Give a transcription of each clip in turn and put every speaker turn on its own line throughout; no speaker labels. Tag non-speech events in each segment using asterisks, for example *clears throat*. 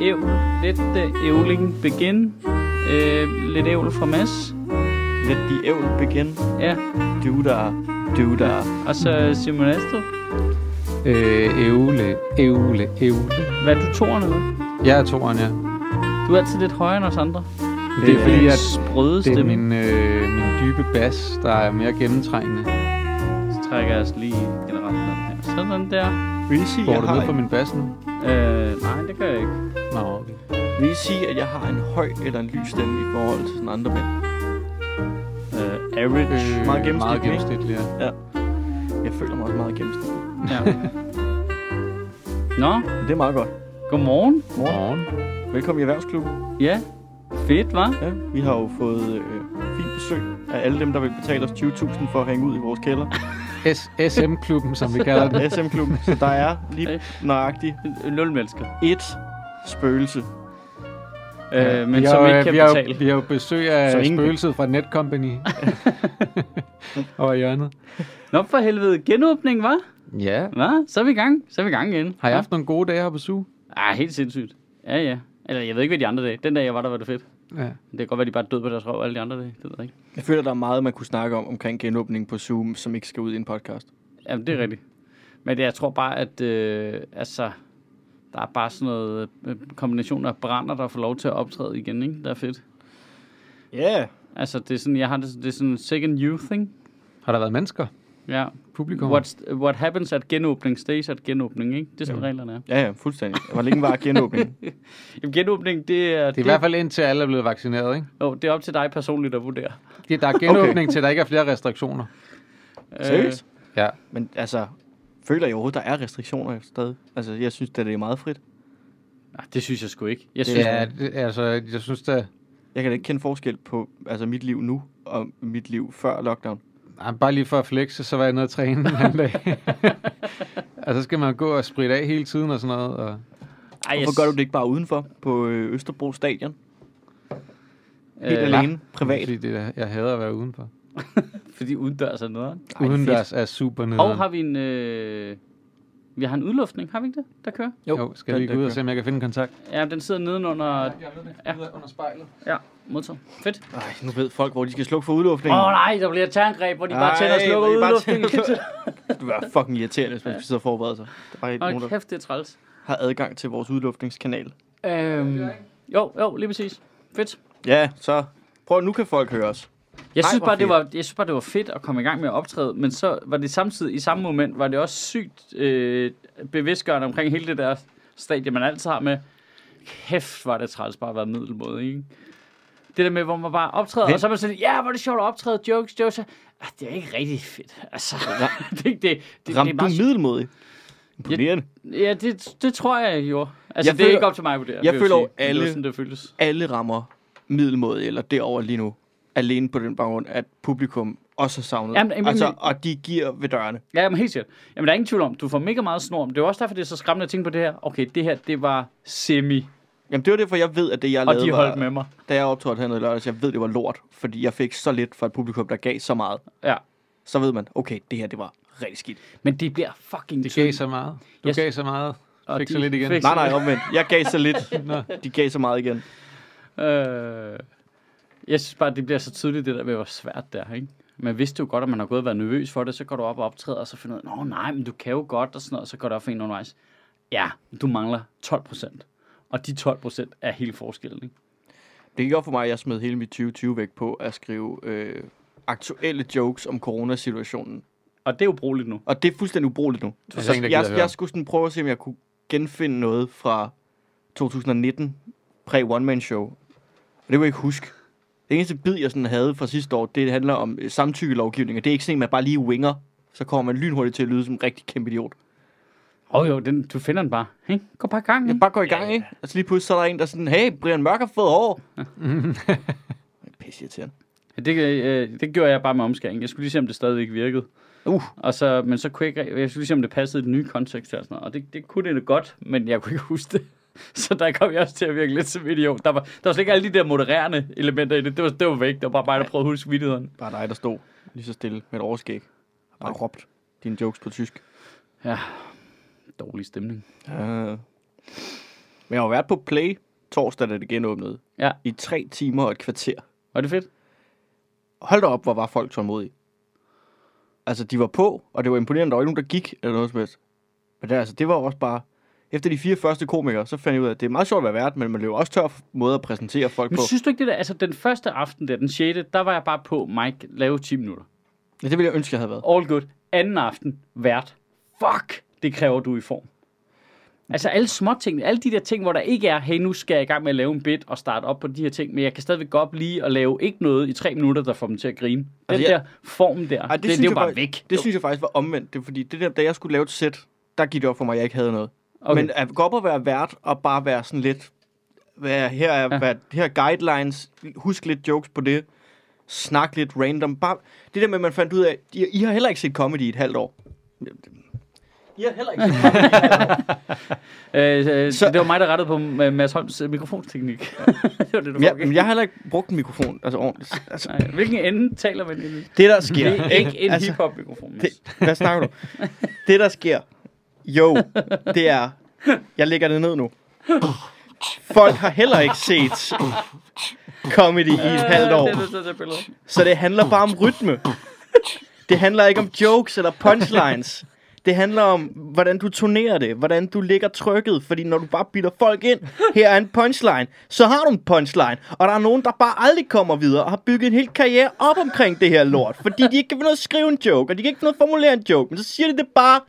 ævl. Lidt uh, ævling begin. Uh, lidt ævl fra Mads.
Lidt de ævl begin.
Ja,
Du der, du der.
og så Simon Astrup.
Øh, ævle, ævle, ævle.
Hvad er du toerne med?
Jeg er toren, ja.
Du er altid lidt højere end os andre.
Det er fordi,
din
at
sprøde
det er
stemme.
min, øh, min dybe bas, der er mere gennemtrængende.
Så trækker jeg os lige generelt ned her. Sådan der.
Vil I sige,
Går
jeg
du
har
ned på
en,
min bas nu?
Øh, nej, det gør jeg ikke.
Nå, okay.
vil I sige, at jeg har en høj eller en lys stemme i forhold til sådan andre mænd?
Øh, average.
Øh,
Meget gennemsnitlig,
Meget
ikke?
gennemsnitlig, ja.
Jeg føler mig også meget gennemsnitlig.
*laughs*
Ja. Nå,
Men det er meget godt.
godmorgen.
Morgen.
Morgen.
Velkommen i Erhvervsklubben.
Ja, fedt, var.
Ja, vi har jo fået øh, fint besøg af alle dem, der vil betale os 20.000 for at hænge ud i vores kælder.
S- SM-klubben, som vi
*laughs*
kalder den.
SM-klubben. Så der er lige nøjagtigt
Nulmennesker.
et spøgelse.
Ja.
Øh, men
vi
som
har, jo-
ikke kan
vi har,
betale.
jo- Vi har jo besøg af
Så ingen-
spøgelset fra Netcompany. Over i hjørnet.
Nå for helvede, genåbning, var?
Ja.
Hva? Så er vi i gang. Så er vi i gang igen.
Har jeg
Ja.
haft nogle gode dage her på SU?
Ah, helt sindssygt. Ja, ja. Eller jeg ved ikke, hvad de andre dage. Den dag, jeg var der, var det fedt.
Ja.
Det kan godt være, de bare døde på deres røv alle de andre dage. Det ved jeg ikke.
Jeg føler, der er meget, man kunne snakke om omkring genåbningen på Zoom, som ikke skal ud i en podcast.
Jamen, det er rigtigt. Men det, jeg tror bare, at øh, altså, der er bare sådan noget øh, kombination af brænder, der får lov til at optræde igen, ikke? Det er fedt.
Ja. Yeah.
Altså, det er sådan, jeg har det, det er sådan en second you thing.
Har der været mennesker?
Ja.
Publikum?
What, what happens at genåbning stays at genåbning, ikke? Det er sådan, reglerne er.
Ja, ja, fuldstændig. Hvor længe var *laughs* genåbningen?
Jamen, genåbning, det er...
Det er i hvert fald indtil alle er blevet vaccineret, ikke?
jo, det er op til dig personligt at vurdere.
Det- Der er genåbning okay. til, at der ikke er flere restriktioner.
Seriøst?
Ja.
Men altså, føler jeg overhovedet, der er restriktioner stadig? Altså, jeg synes, det er meget frit.
Øh, ah, det synes jeg sgu ikke. Jeg synes,
Ja, det, altså, jeg synes da...
Jeg kan da ikke kende forskel på altså, mit liv nu og mit liv før lockdown.
Ej, bare lige for at flexe, så var jeg nede og træne en anden dag. *laughs* og så skal man gå og spritte af hele tiden og sådan noget. Og...
Ej,
Hvorfor gør du det ikke bare udenfor på øh, Østerbro Stadion? Helt øh,
Øh,
alene, privat.
Fordi det, er- jeg hader at være udenfor.
Fordi udendørs er noget.
Ej,
Udendørs er super nede.
Og har vi en... Øh, vi har en udluftning, har vi ikke det, der kører?
Jo, jo, skal jeg lige
den
gå ud
der
og se, om jeg kan finde en kontakt?
Ja, den sidder nedenunder...
Jeg ved under spejlet.
Ja, modtaget. Fedt.
kører. Ej, nu ved folk, hvor de skal slukke for
Åh
udluftningen.
oh, nej, der bliver et terrorangreb, hvor de bare
Ej,
tænder og slukker
hvor de bare
udluftningen.
tænder- Det vil være fucking irriterende, hvis man sidder og forbereder sig. Der er bare ikke nogen,
*laughs* Hold
der
kæft, det er træls.
har adgang til vores udluftningskanal.
Øhm, jo, jo, lige præcis. Fedt.
Ja, så prøv, nu kan folk høre os.
Jeg
Ej,
synes,
hvor
bare, det
fedt.
var, jeg synes bare, det var fedt at komme i gang med at optræde, men så var det samtidig, i samme moment, var det også sygt øh, bevidstgørende omkring hele det der stadie, man altid har med. Kæft, var det træls bare at være middelmåde, ikke? Det der med, hvor man bare optræder,
Men-
og så er man sådan, ja, hvor er det sjovt at optræde, jokes, jokes. Ah, det er ikke rigtig fedt, altså. *laughs* det, det, det, det,
Ramte
er
du
meget-
middelmodig? Imponerende.
Ja, det, det tror jeg, jeg gjorde. Altså,
Jeg
det er
føler-
ikke op til mig at vurdere.
jeg
vil
føler
sige.
jo
Det er
alle-
sådan, det føles.
alle rammer middelmåde eller derover lige nu, alene på den baggrund, at publikum også har savnet.
Jamen, jamen,
altså,
jamen.
og de giver ved dørene.
Ja, jamen helt sikkert. Jamen, der er ingen tvivl om, du får mega meget snor. Men det er jo også derfor, det er så skræmmende at tænke på det her. Okay, det her, det var semi,
Jamen, det var derfor, jeg ved, at det, jeg
og
lavede,
de holdt
var,
med mig.
da jeg optrådte hernede i lørdags, jeg ved, det var lort, fordi jeg fik så lidt fra et publikum, der gav så meget.
Ja.
Så ved man, okay, det her, det var rigtig skidt.
Men det bliver fucking
Det gav
tydeligt.
så meget. Du
Jeg-
gav så meget.
Og
Fik
de
så lidt igen.
fik-
Nej, nej, omvendt. Jeg gav så lidt.
*laughs*
Nå.
De gav så meget igen.
Øh, jeg synes bare, det bliver så tydeligt, det der med, hvor svært det er, ikke? Man vidste jo godt, at man har gået og været nervøs for det, så går du op og optræder, og så finder du ud af, "Nå, nej, men du kan jo godt, og sådan noget, og så går det op for en undervejs. Ja, du mangler 12 procent. Og de 12 procent er hele forskellen, ikke?
Det gik op for mig, at jeg smed hele mit 2020 væk på at skrive øh, aktuelle jokes om coronasituationen.
Og det er jo brugeligt nu.
Og det er fuldstændig ubrugeligt nu.
der
Så
er ingen, der
jeg,
gider
jeg,
høre.
skulle sådan prøve at se, om jeg kunne genfinde noget fra 2019, præ-one-man-show. Og det kunne jeg ikke huske. Det eneste bid, jeg sådan havde fra sidste år, det handler om øh, samtykkelovgivning, og det er ikke sådan, en, man bare lige winger. Så kommer man lynhurtigt til at lyde som en rigtig kæmpe idiot.
Åh oh, jo, den, du finder den bare. Hey, gå bare i gang.
Jeg
ikke?
bare går i gang, ikke? Og så lige pludselig så er der en, der er sådan, hey, Brian Mørk har fået hår. Pisse irriterende.
Ja, det, øh, det gjorde jeg bare med omskæring. Jeg skulle lige se, om det stadigvæk virkede.
Uh,
Og så, men så kunne jeg, ikke, jeg skulle lige se, om det passede i den nye kontekst og sådan noget. Og det, det kunne det da godt, men jeg kunne ikke huske det. *laughs* Så der kom jeg også til at virke lidt som idiot. Der var, der var slet ikke alle de der modererende elementer i det. Det var, det var væk. Det var bare mig, der prøvede at huske vidtighederne.
bare dig, der stod lige så stille med et overskæg. Og bare råbt dine jokes på tysk.
Ja, dårlig stemning.
Uh. Men Øh. jeg har jo været på Play torsdag, da det genåbnede,
Ja.
i tre timer og et kvarter.
Var det fedt?
Hold da op, hvor var folk tålmodige. Altså, de var på, og det var imponerende, der var ikke nogen, der gik eller noget som helst. Men det, altså, det var også bare... Efter de fire første komikere, så fandt jeg ud af, at det er meget sjovt at være vært, men man løber også tør for måder at præsentere folk
Men
på.
synes du ikke det der, altså den første aften der, den 6., der var jeg bare på, Mike, lave 10 minutter.
Ja, det ville jeg ønske, jeg havde været.
All good. Anden aften, vært. Fuck, det kræver du er i form. Altså alle små ting, alle de der ting, hvor der ikke er, hey, nu skal jeg i gang med at lave en bit og starte op på de her ting, men jeg kan stadigvæk godt lide at lave ikke noget i tre minutter, der får dem til at grine. Den
Altså,
der form der,
Ej,
det, det, det er jo bare
faktisk,
væk.
Det synes jeg faktisk var omvendt. Det er fordi, det der, da jeg skulle lave et sæt, der gik det op for mig, at jeg ikke havde noget.
Okay.
Okay. Men at gå op og være vært, og bare være sådan lidt, hvad, her, er,
Ja.
ja. hvad, her er guidelines, husk lidt jokes på det, snak lidt random. Bare, det der med, at man fandt ud af, I, I har heller ikke set comedy i et halvt år. I har heller ikke set comedy.
Øh, øh,
Så-
det var mig, der rettede på øh, Mads Holms øh, mikrofonsteknik. *laughs* det var det, du
ja,
fucking-
men jeg har heller ikke brugt en mikrofon,
*laughs*
altså ordentligt. Altså,
Nej, hvilken ende taler man ind i?
det der
Det
sker,
er ikke en
altså,
hiphop-mikrofon, Mads.
det, hvad snakker du? Det der sker, jo, det er, jeg lægger det ned nu. Folk har heller ikke set comedy i et halvt år.
Det er det, der er det billede.
Så det handler bare om rytme. Det handler ikke om jokes eller punchlines. Det handler om, hvordan du turnerer det, hvordan du lægger trykket, fordi når du bare bilder folk ind, her er en punchline, så har du en punchline, og der er nogen, der bare aldrig kommer videre, og har bygget en hel karriere op omkring det her lort, fordi de ikke kan finde noget at skrive en joke, og de kan ikke finde noget at formulere en joke, men så siger de det bare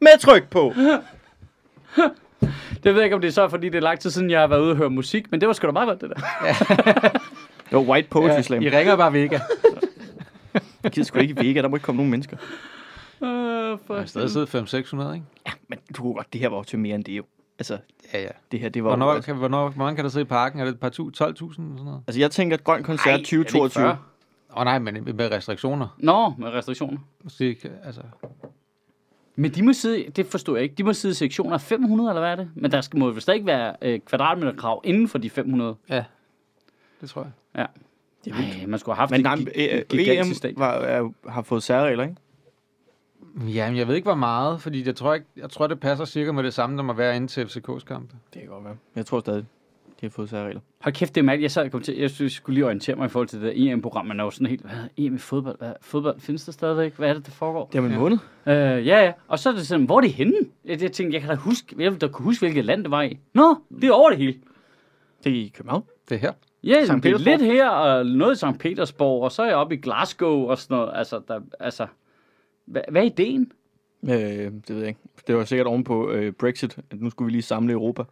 med tryk på.
Det ved jeg ikke, om det er så, fordi det er lang tid siden, jeg har været ude og høre musik, men det var sgu da meget godt, det der.
Det var white poetry
I ringer bare Vega.
Jeg gider sgu ikke i Vega, der må ikke komme nogen mennesker.
Øh, for
Der er stadig siddet 500-600, ikke?
Men du kunne godt, det her var jo til mere end det jo. Altså,
Ja, ja.
det her, det var...
Hvornår, kan, hvornår, hvor mange kan der sidde i parken? Er det et par tu- 12.000 eller sådan noget?
Altså, jeg tænker, at grøn koncert 2022,
Åh oh, nej, men med restriktioner.
Nå, med restriktioner.
Måske ikke, altså.
Men de må sidde, det forstår jeg ikke, de må sidde i sektioner af 500, eller hvad er det? Men der skal, må jo stadig ikke være øh, kvadratmeterkrav inden for de 500.
Ja, det tror jeg.
Ja.
Det er vildt.
Ej, man skulle have haft
Men
men, E
nej,
et gi-
øh,
gigantisk stadion.
VM var, er, har fået særregler, ikke?
Jamen, jeg ved ikke, hvor meget, fordi jeg tror, ikke, jeg tror det passer cirka med det samme, der må være inde til FCK's kampe.
Det kan godt være. Jeg tror stadig, de har fået særregler.
Hold kæft, det er mærkeligt. Jeg, sad og kom til, jeg, synes, jeg skulle lige orientere mig i forhold til det der EM-program. Man er jo sådan helt, hvad EM i fodbold? Hvad, fodbold findes der stadigvæk? Hvad er det, der foregår?
Det er om en måned.
Øh, ja, ja. Og så er det sådan, hvor er det henne? Jeg, jeg tænkte, jeg kan da huske, jeg vil da kunne huske, hvilket land det var i. Nå, det er over det hele.
Det er i København.
Det her.
Ja,
Sankt
det er
Petersborg.
lidt her, og noget i St. Petersborg, og så er jeg oppe i Glasgow og sådan noget. Altså, der, altså hvad, hvad er ideen?
Øh, det ved jeg ikke. Det var sikkert oven på øh, Brexit, at nu skulle vi lige samle Europa.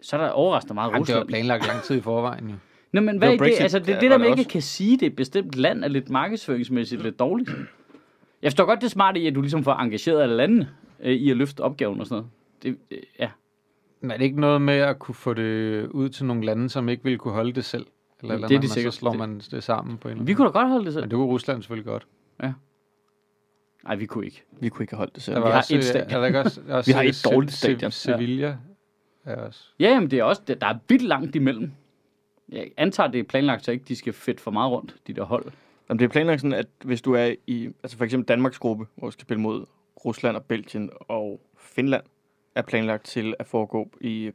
Så er der overraskende meget
Jamen, det var
Rusland.
planlagt lang tid i forvejen, jo.
Nå, men hvad er
Det var
idé?
Brexit,
Altså, det er
ja,
det,
var
der
det
man ikke
også.
kan sige, det er et bestemt land, er lidt markedsføringsmæssigt lidt dårligt. Jeg forstår godt det smarte i, at du ligesom får engageret alle landene øh, i at løfte opgaven og sådan noget. Det, øh, ja.
Men er det ikke noget med at kunne få det ud til nogle lande, som ikke ville kunne holde det selv?
Jamen,
Eller, eller
det er
andet,
de
men
sikkert.
Så slår
Det-
man det sammen på en eller
Vi
anden
kunne da godt holde det
måde. Men
selv.
det kunne Rusland selvfølgelig godt.
Nej, vi kunne ikke.
Vi kunne ikke have holdt det selv.
Der var
har
også,
et
øh,
stadion.
Er der ikke
*laughs*
også, også
Vi har et
Se-
dårligt
Se-
stadion.
Sevilla er også.
Ja, jamen, det er også, der er vildt langt imellem. Jeg antager, det er planlagt, så ikke de skal fedt for meget rundt, de der hold.
Jamen, det er planlagt sådan, at hvis du er i, altså for eksempel Danmarks gruppe, hvor du skal spille mod Rusland og Belgien og Finland, er planlagt til at foregå i,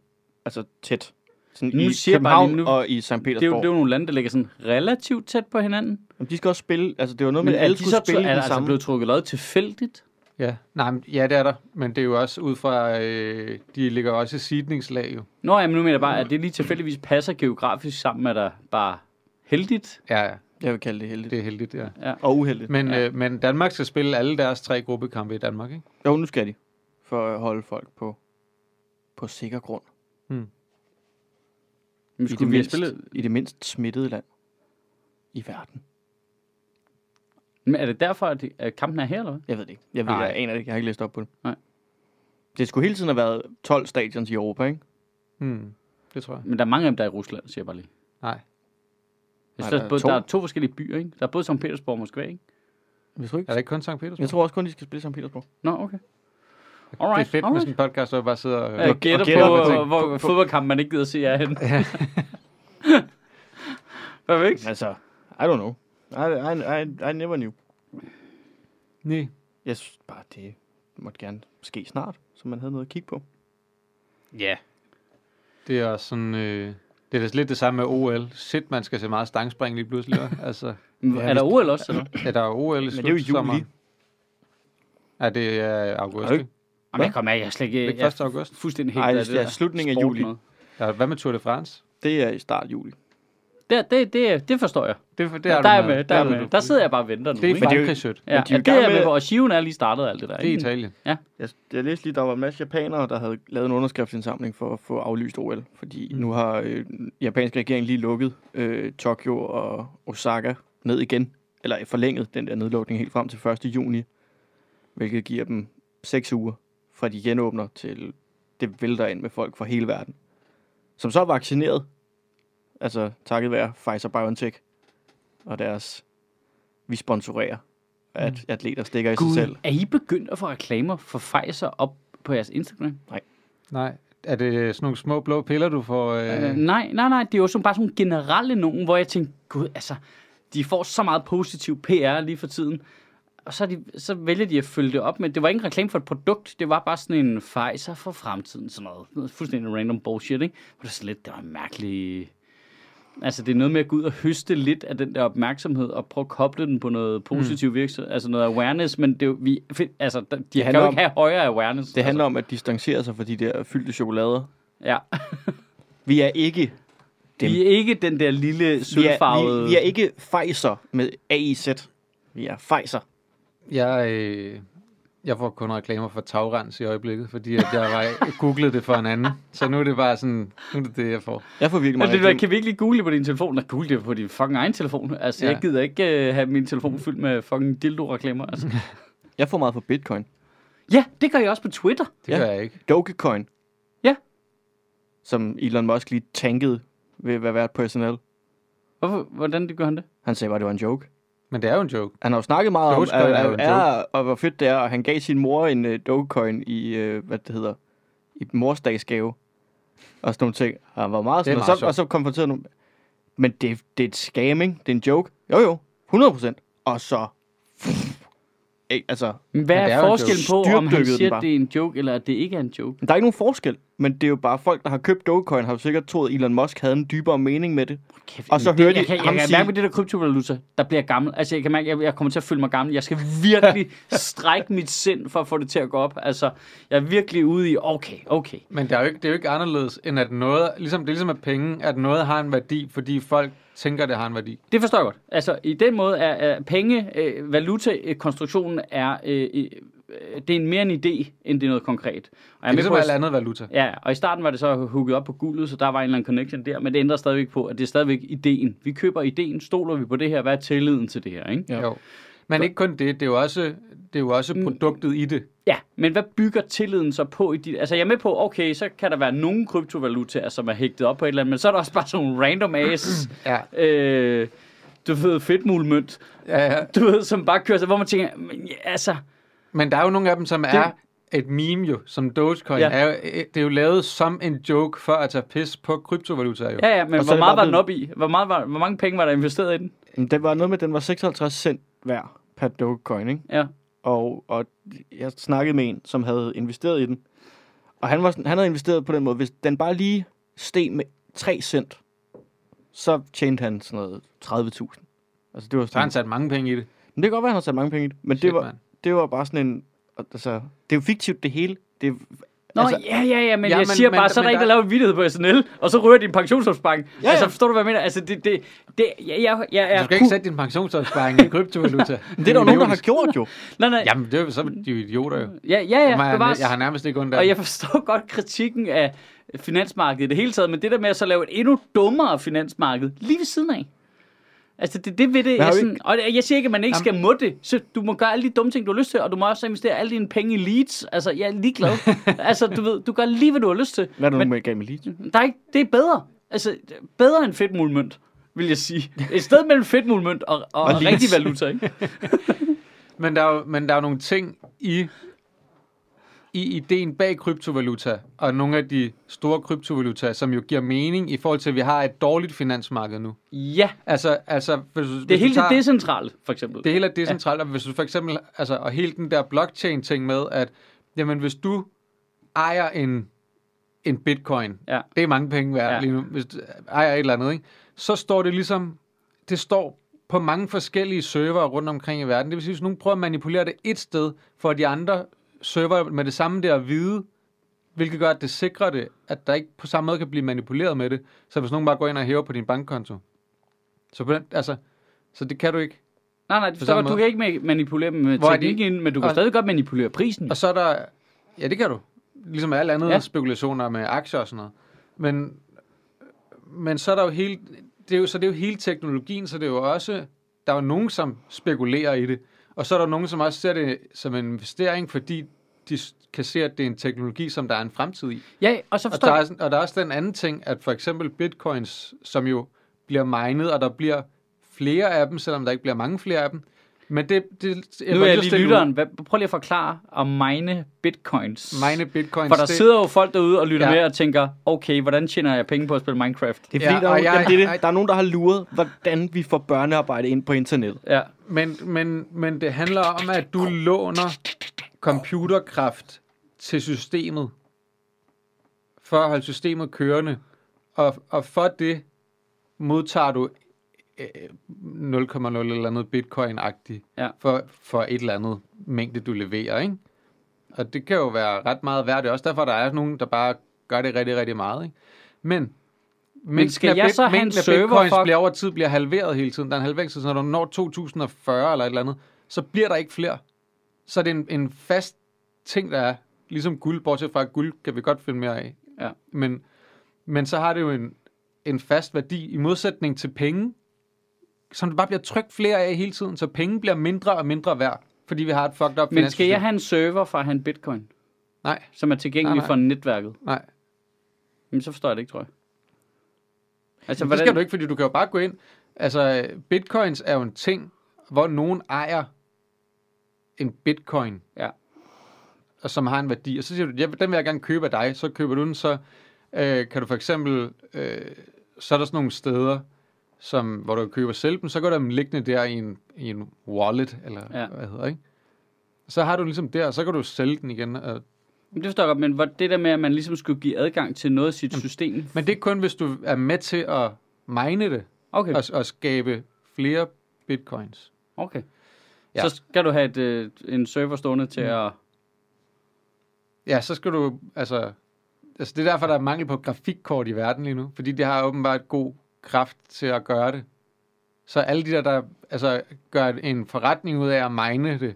altså tæt. Sådan
Nu
i
siger jeg bare
København
lige nu-
og i St.
Det er, jo, det
Petersborg.
er jo nogle lande, der ligger sådan relativt tæt på hinanden.
Jamen, de skal også spille, altså det var noget
Men
med, at alle
er de så
skulle spille i
er,
den
altså
samme.
blevet trukket lod tilfældigt?
Ja, nej, men, ja, det er der. Men det er jo også ud fra, øh, de ligger også i sidningslag jo.
Nå, jamen, nu mener jeg bare, at det lige tilfældigvis passer geografisk sammen med, at der bare heldigt.
Ja, ja,
Jeg vil kalde det heldigt.
det er heldigt, ja.
Og uheldigt.
Men,
Ja.
ja. Øh, men Danmark skal spille alle deres tre gruppekampe i Danmark, ikke?
Jo, nu skal de. For at holde folk på, på sikker grund.
Men
I det,
skulle vi have
mindst,
spillet?
I det mindst smittede land i verden.
Men er det derfor, at, de- at kampen er her, eller hvad?
Jeg ved det ikke. Jeg, ved,
Nej.
jeg aner det ikke. Jeg har ikke læst op på det.
Nej.
Det skulle hele tiden have været 12 stadions i Europa, ikke?
Hmm. Det tror jeg.
Men der er mange af dem, der er i Rusland, siger jeg bare lige.
Nej.
Jeg
Nej,
synes,
der
der,
er
både,
to.
der er to forskellige byer, ikke? Der er både St. Petersborg og Moskva, ikke?
Jeg tror,
Er
ikke.
det ikke kun St. Petersburg?
Jeg tror også kun, de skal spille i St. Petersborg.
Nå, okay.
det er
alright,
fedt med sådan en podcast, hvor jeg bare sidder og...
Jeg
og
gætter,
gætter
på,
på
hvor,
ting.
hvor fodboldkampen man ikke gider se er henne. *laughs* Perfekt.
Altså, I don't know. I, I, I, I never knew.
Nej.
Jeg synes bare, det måtte gerne ske snart, så man havde noget at kigge på.
Ja.
Det er også sådan... Øh, det er vist lidt det samme med OL. Shit, man skal se meget stangspring lige pludselig. hva'? altså,
Ja, er der OL også? Eller?
ja, der er OL i
Men det er jo i juli.
slutsommeren. Ja, det er august.
Er det
ikke?
Jamen, jeg kommer af, jeg er slet ikke...
Det er ikke
jeg
1. august.
fuldstændig helt
Ej,
af
det er
der
slutningen af
sport
juli.
noget.
Ja, hvad med Tour de France?
Det er i start juli.
Det, det, det, det forstår jeg.
Det, det
Der,
er
der, er
du
med, der, er
ved
med.
du.
der sidder jeg bare og venter nu.
Det er
ikke?
Men det er jo-
Frankrig sødt.
Ja,
Men de er
ja det
jo i gang
er med,
med-
og Shiven er lige startet og alt det der.
Det er
ikke?
Italien.
Jeg, jeg læste lige, der var en masse japanere, der havde lavet en underskriftsindsamling for at få aflyst OL. Fordi nu har øh, den japanske regering lige lukket øh, Tokyo og Osaka ned igen. Eller forlænget den der nedlukning helt frem til 1. juni. Hvilket giver dem 6 uger fra de genåbner til det vælter ind med folk fra hele verden. Som så er vaccineret. Altså takket være Pfizer-BioNTech og deres vi sponsorerer at atleter stikker i sig selv.
Gud, er I begyndt at få reklamer for Pfizer op på jeres Instagram?
Nej. Er det sådan nogle små blå piller, du får? Øh...
Mm.
Øh. Nej, nej, nej. Det er jo sådan, bare sådan nogle generelle nogen, hvor jeg tænkte, gud, altså, de får så meget positiv PR lige for tiden. Og så, er de, så vælger de at følge det op med, det var ikke en reklame for et produkt, det var bare sådan en Pfizer for fremtiden, sådan noget, noget fuldstændig random bullshit, ikke? Og det er slet, det var mærkeligt. Altså, det er noget med at gå ud og høste lidt af den der opmærksomhed, og prøve at koble den på noget positiv mm. virksomhed, altså noget awareness, men det, er jo- vi, altså, der- de det kan
handler
jo
om-
ikke have højere awareness.
Det handler om at distancere sig fra de der fyldte chokolader.
Altså, ja.
Vi er ikke dem.
Vi er ikke den der lille
vi er,
sølvfarvede...
vi, vi er ikke Pfizer med AIZ. Vi er Pfizer.
Jeg, øh, jeg får kun reklamer for tagrens i øjeblikket, fordi at jeg var, *laughs* googlede det for en anden. Så nu er det bare sådan, nu er det det, jeg får.
Jeg får virkelig meget
Altså, det der,
reklame.
kan vi ikke lige google det på din telefon? Nej, google det på din fucking egen telefon. Altså, ja.
Ja.
jeg gider ikke uh, have min telefon fyldt med fucking dildo-reklamer. Altså.
Mm. Jeg får meget på bitcoin.
ja, det gør jeg også på Twitter.
Det
Ja.
ja. gør jeg ikke.
Dogecoin.
Ja.
Som Elon Musk lige tankede ved at være et personel.
Hvorfor, hvordan det gør han det?
Han sagde bare, det var en joke.
Men det er jo en joke.
Han har jo snakket meget om,
Dogecoin
at,
er
at,
jo en
er, og hvor fedt det er, og han gav sin mor en uh, Dogecoin i, uh, hvad det hedder, i morsdagsgave. Og sådan nogle ting. Og han var meget sådan,
meget
og, så,
sjovt.
og så konfronterede nogle, men det, det er et scamming, det er en joke. Jo jo, 100 procent. Og så, ikke, altså,
Men Hvad
Men det er
er,
jo en
forskellen på, om han
Styrtdykkede den
siger,
bare.
at det er en joke, eller at det ikke er en joke?
der er ikke nogen forskel. Men det er jo bare folk, der har købt Dogecoin, har jo sikkert troet, Elon Musk havde en dybere mening med det.
Kæft,
Og så
jamen,
hører
det,
de
jeg kan, jeg
ham
kan
sige-
mærke med det der kryptovaluta, der bliver gammel. Altså, jeg kan mærke, jeg, jeg kommer til at føle mig gammel. Jeg skal
*laughs*
virkelig strække mit sind for at få det til at gå op. Altså, jeg er virkelig ude i, okay, okay.
Men det er jo ikke, det er jo ikke anderledes, end at noget, ligesom, det er ligesom at penge, at noget har en værdi, fordi folk tænker, det har en værdi.
Det forstår jeg godt. Altså, i den måde er, er penge, øh, valutakonstruktionen er, øh, øh, det er en mere en idé, end det er noget konkret. Og jeg
Det er
med
ligesom
på,
alt
at-
andet valuta.
Ja, og i starten var det så hooket op på guldet, så der var en eller anden connection der, men det ændrer stadigvæk på, at det er stadigvæk ideen. Vi køber ideen, stoler vi på det her, hvad er tilliden til det her, ikke?
Ja.
Jo. Men ikke kun det, det er jo også, det er jo også produktet i det.
Ja, men hvad bygger tilliden så på i dit... Altså, jeg er med på, okay, så kan der være nogle kryptovalutaer, som er hægtet op på et eller andet, men så er der også bare sådan nogle random ass...
*clears throat* Ja.
øh, du ved, fedtmulmønt,
ja, ja.
*laughs* du ved, som bare kører sig, hvor man tænker, men, ja, altså,
Men der er jo nogle af dem, som det... er et meme jo, som Dogecoin.
Ja.
Ja. Er jo, øh, det er jo lavet som en joke for at tage pis på kryptovalutaer jo.
Ja, ja, men
Og så
hvor
er det
meget
bare
var den
blevet-
op i? Hvor, meget var, hvor mange penge var der investeret i den?
Men Det var noget med, at den var 56 cent hver per Dogecoin, ikke?
Ja.
og, og jeg snakkede med en, som havde investeret i den. Og han, var, sådan- han havde investeret på den måde, hvis den bare lige steg med 3 cent, så tjente han sådan noget 30.000. Altså det var
Så har
sådan,
han sat mange penge i det.
men det kan godt være, han har sat mange penge i det, men
Shit,
det, var,
mand.
det var bare sådan en, altså, det er jo fiktivt det hele. Det er,
Nå,
Altså-
altså, ja, ja, ja, men jeg
Ja, men-
siger
men-
bare, så er der
men
ikke, der
der-
laver en vildhed på SNL, og så rører din pensionsopsparing. Ja,
ja.
Altså, forstår du, hvad jeg mener? Altså, det, det, det, jeg, jeg, jeg
Du
er...
skal ikke sætte din pensionsopsparing i kryptovaluta.
det er der jo nogen, der har gjort
*laughs*
jo.
Nej, nej,
Jamen, det er jo så er de jo idioter jo.
ja, ja, ja,
Jamen, jeg, har,
bevares.
jeg har nærmest ikke ondt af
Og
jeg...
jeg forstår *laughs* godt kritikken af finansmarkedet i det hele taget, men det der med at så lave et endnu dummere finansmarked lige ved siden af. Altså, det, det ved det.
har
Jeg
vi
sådan, og jeg siger ikke, at man ikke skal må det. Så du må gøre alle de dumme ting, du har lyst til, og du må også investere alle dine penge i leads. Altså, jeg er ligeglad. altså, du ved, du gør lige, hvad du har lyst til.
Hvad er det
Men-
nu med Gamma Legion?
Der er ikke, det er bedre. Altså, bedre end fedtmulmønt, vil jeg sige. Et sted mellem fedtmulmønt og, og, og rigtig valuta, ikke?
Men der, er jo, men der er jo nogle ting i, i ideen bag kryptovaluta, og nogle af de store kryptovalutaer, som jo giver mening i forhold til, at vi har et dårligt finansmarked nu.
Ja,
Altså, altså hvis, hvis
det er
du
helt det
tager-
decentrale, for eksempel.
Det hele er decentralt, og hvis du for eksempel, altså, og hele den der blockchain-ting med, at, jamen, hvis du ejer en en bitcoin.
Ja.
Det er mange penge værd
Ja.
ja. lige nu, hvis du ejer et eller andet, ikke? Så står det ligesom, det står på mange forskellige servere rundt omkring i verden. Det vil sige, hvis nogen prøver at manipulere det et sted, for de andre server med det samme der at vide, hvilket gør, at det sikrer det, at der ikke på samme måde kan blive manipuleret med det, så hvis nogen bare går ind og hæver på din bankkonto. Så, på den, altså, så det kan du ikke.
Nej, nej, det forstår
samme
jeg godt. du kan ikke ma- manipulere med
Hvor er de?
teknikken, men du kan
Og-
stadig godt manipulere prisen.
Og så er der... Ja, det kan du. Ligesom alle andre
Ja.
ja. spekulationer med aktier og sådan noget. Men, men så er der jo hele... Det er jo, så det er jo hele teknologien, så det er jo også... Der er jo nogen, som spekulerer i det. Og så er der nogen, som også ser det som en investering, fordi de s- kan se, at det er en teknologi, som der er en fremtid i.
Ja, og så
Og
forstår
der,
jeg.
er, sådan- og der er også den anden ting, at for eksempel bitcoins, som jo bliver minet, og der bliver flere af dem, selvom der ikke bliver mange flere af dem. Men det, det
Nu er jeg lige
stille ud.
lytteren. Hvad, prøv lige at forklare om mine bitcoins.
Mine bitcoins.
For der
det-
sidder jo folk derude og lytter ja.
Ja.
med og tænker, okay, hvordan tjener jeg penge på at spille Minecraft?
Det er fordi,
Ja,
ja, der, er,
og
nogen-
jeg-
jamen, det er
jeg-
det. der er nogen, der har luret, hvordan vi får børnearbejde ind på internettet.
Ja.
Men, men, men det handler om, at du låner computerkraft til systemet, for at holde systemet kørende. Og, og for det modtager du øh, 0,0 eller andet bitcoin-agtigt
Ja.
for, for et eller andet mængde, du leverer. Ikke? Og det kan jo være ret meget værd. Det er også derfor, der er nogen, der bare gør det rigtig, rigtig meget. Ikke? Men, men
skal jeg så have en server
bitcoins
for-
bliver over tid bliver halveret hele tiden. Der er en halveringstid, så når du når 2040 eller et eller andet, så bliver der ikke flere. Så er det en, en fast ting, der er. Ligesom guld, bortset fra at guld kan vi godt finde mere af.
Ja.
Men, men så har det jo en, en fast værdi i modsætning til penge, som der bare bliver trykt flere af hele tiden, så penge bliver mindre og mindre værd, fordi vi har et fucked up
Men skal jeg
finanssystem.
have en server for at have en bitcoin,
Nej,
som er tilgængelig
Nej, nej.
for netværket?
nej.
Jamen, så forstår jeg det ikke, tror jeg. Altså,
Så hvordan... Det skal du ikke, fordi du kan jo bare gå ind. Altså, bitcoins er jo en ting, hvor nogen ejer en bitcoin,
Ja.
og som har en værdi. Og så siger du, ja, den vil jeg gerne købe af dig. Så køber du den, så øh, kan du for eksempel, øh, så er der sådan nogle steder, som, hvor du køber selv dem, så går der dem liggende der i en, i en wallet, eller
Ja.
ja. hvad hedder, ikke? Så har du den ligesom der, og så kan du sælge den igen. Og,
Jamen, det forstår jeg godt, men hvor, det der med, at man ligesom skulle give adgang til noget af sit system.
men det er kun, hvis du er med til at mine det,
Okay,
og, og skabe flere bitcoins.
okay.
Ja. Mm.
Så skal du have et, øh, en server stående til at...
Ja, så skal du, altså... Altså, det er derfor, der er mangel på grafikkort i verden lige nu. Fordi det har åbenbart god kraft til at gøre det. Så alle de der, der altså, gør en forretning ud af at mine det,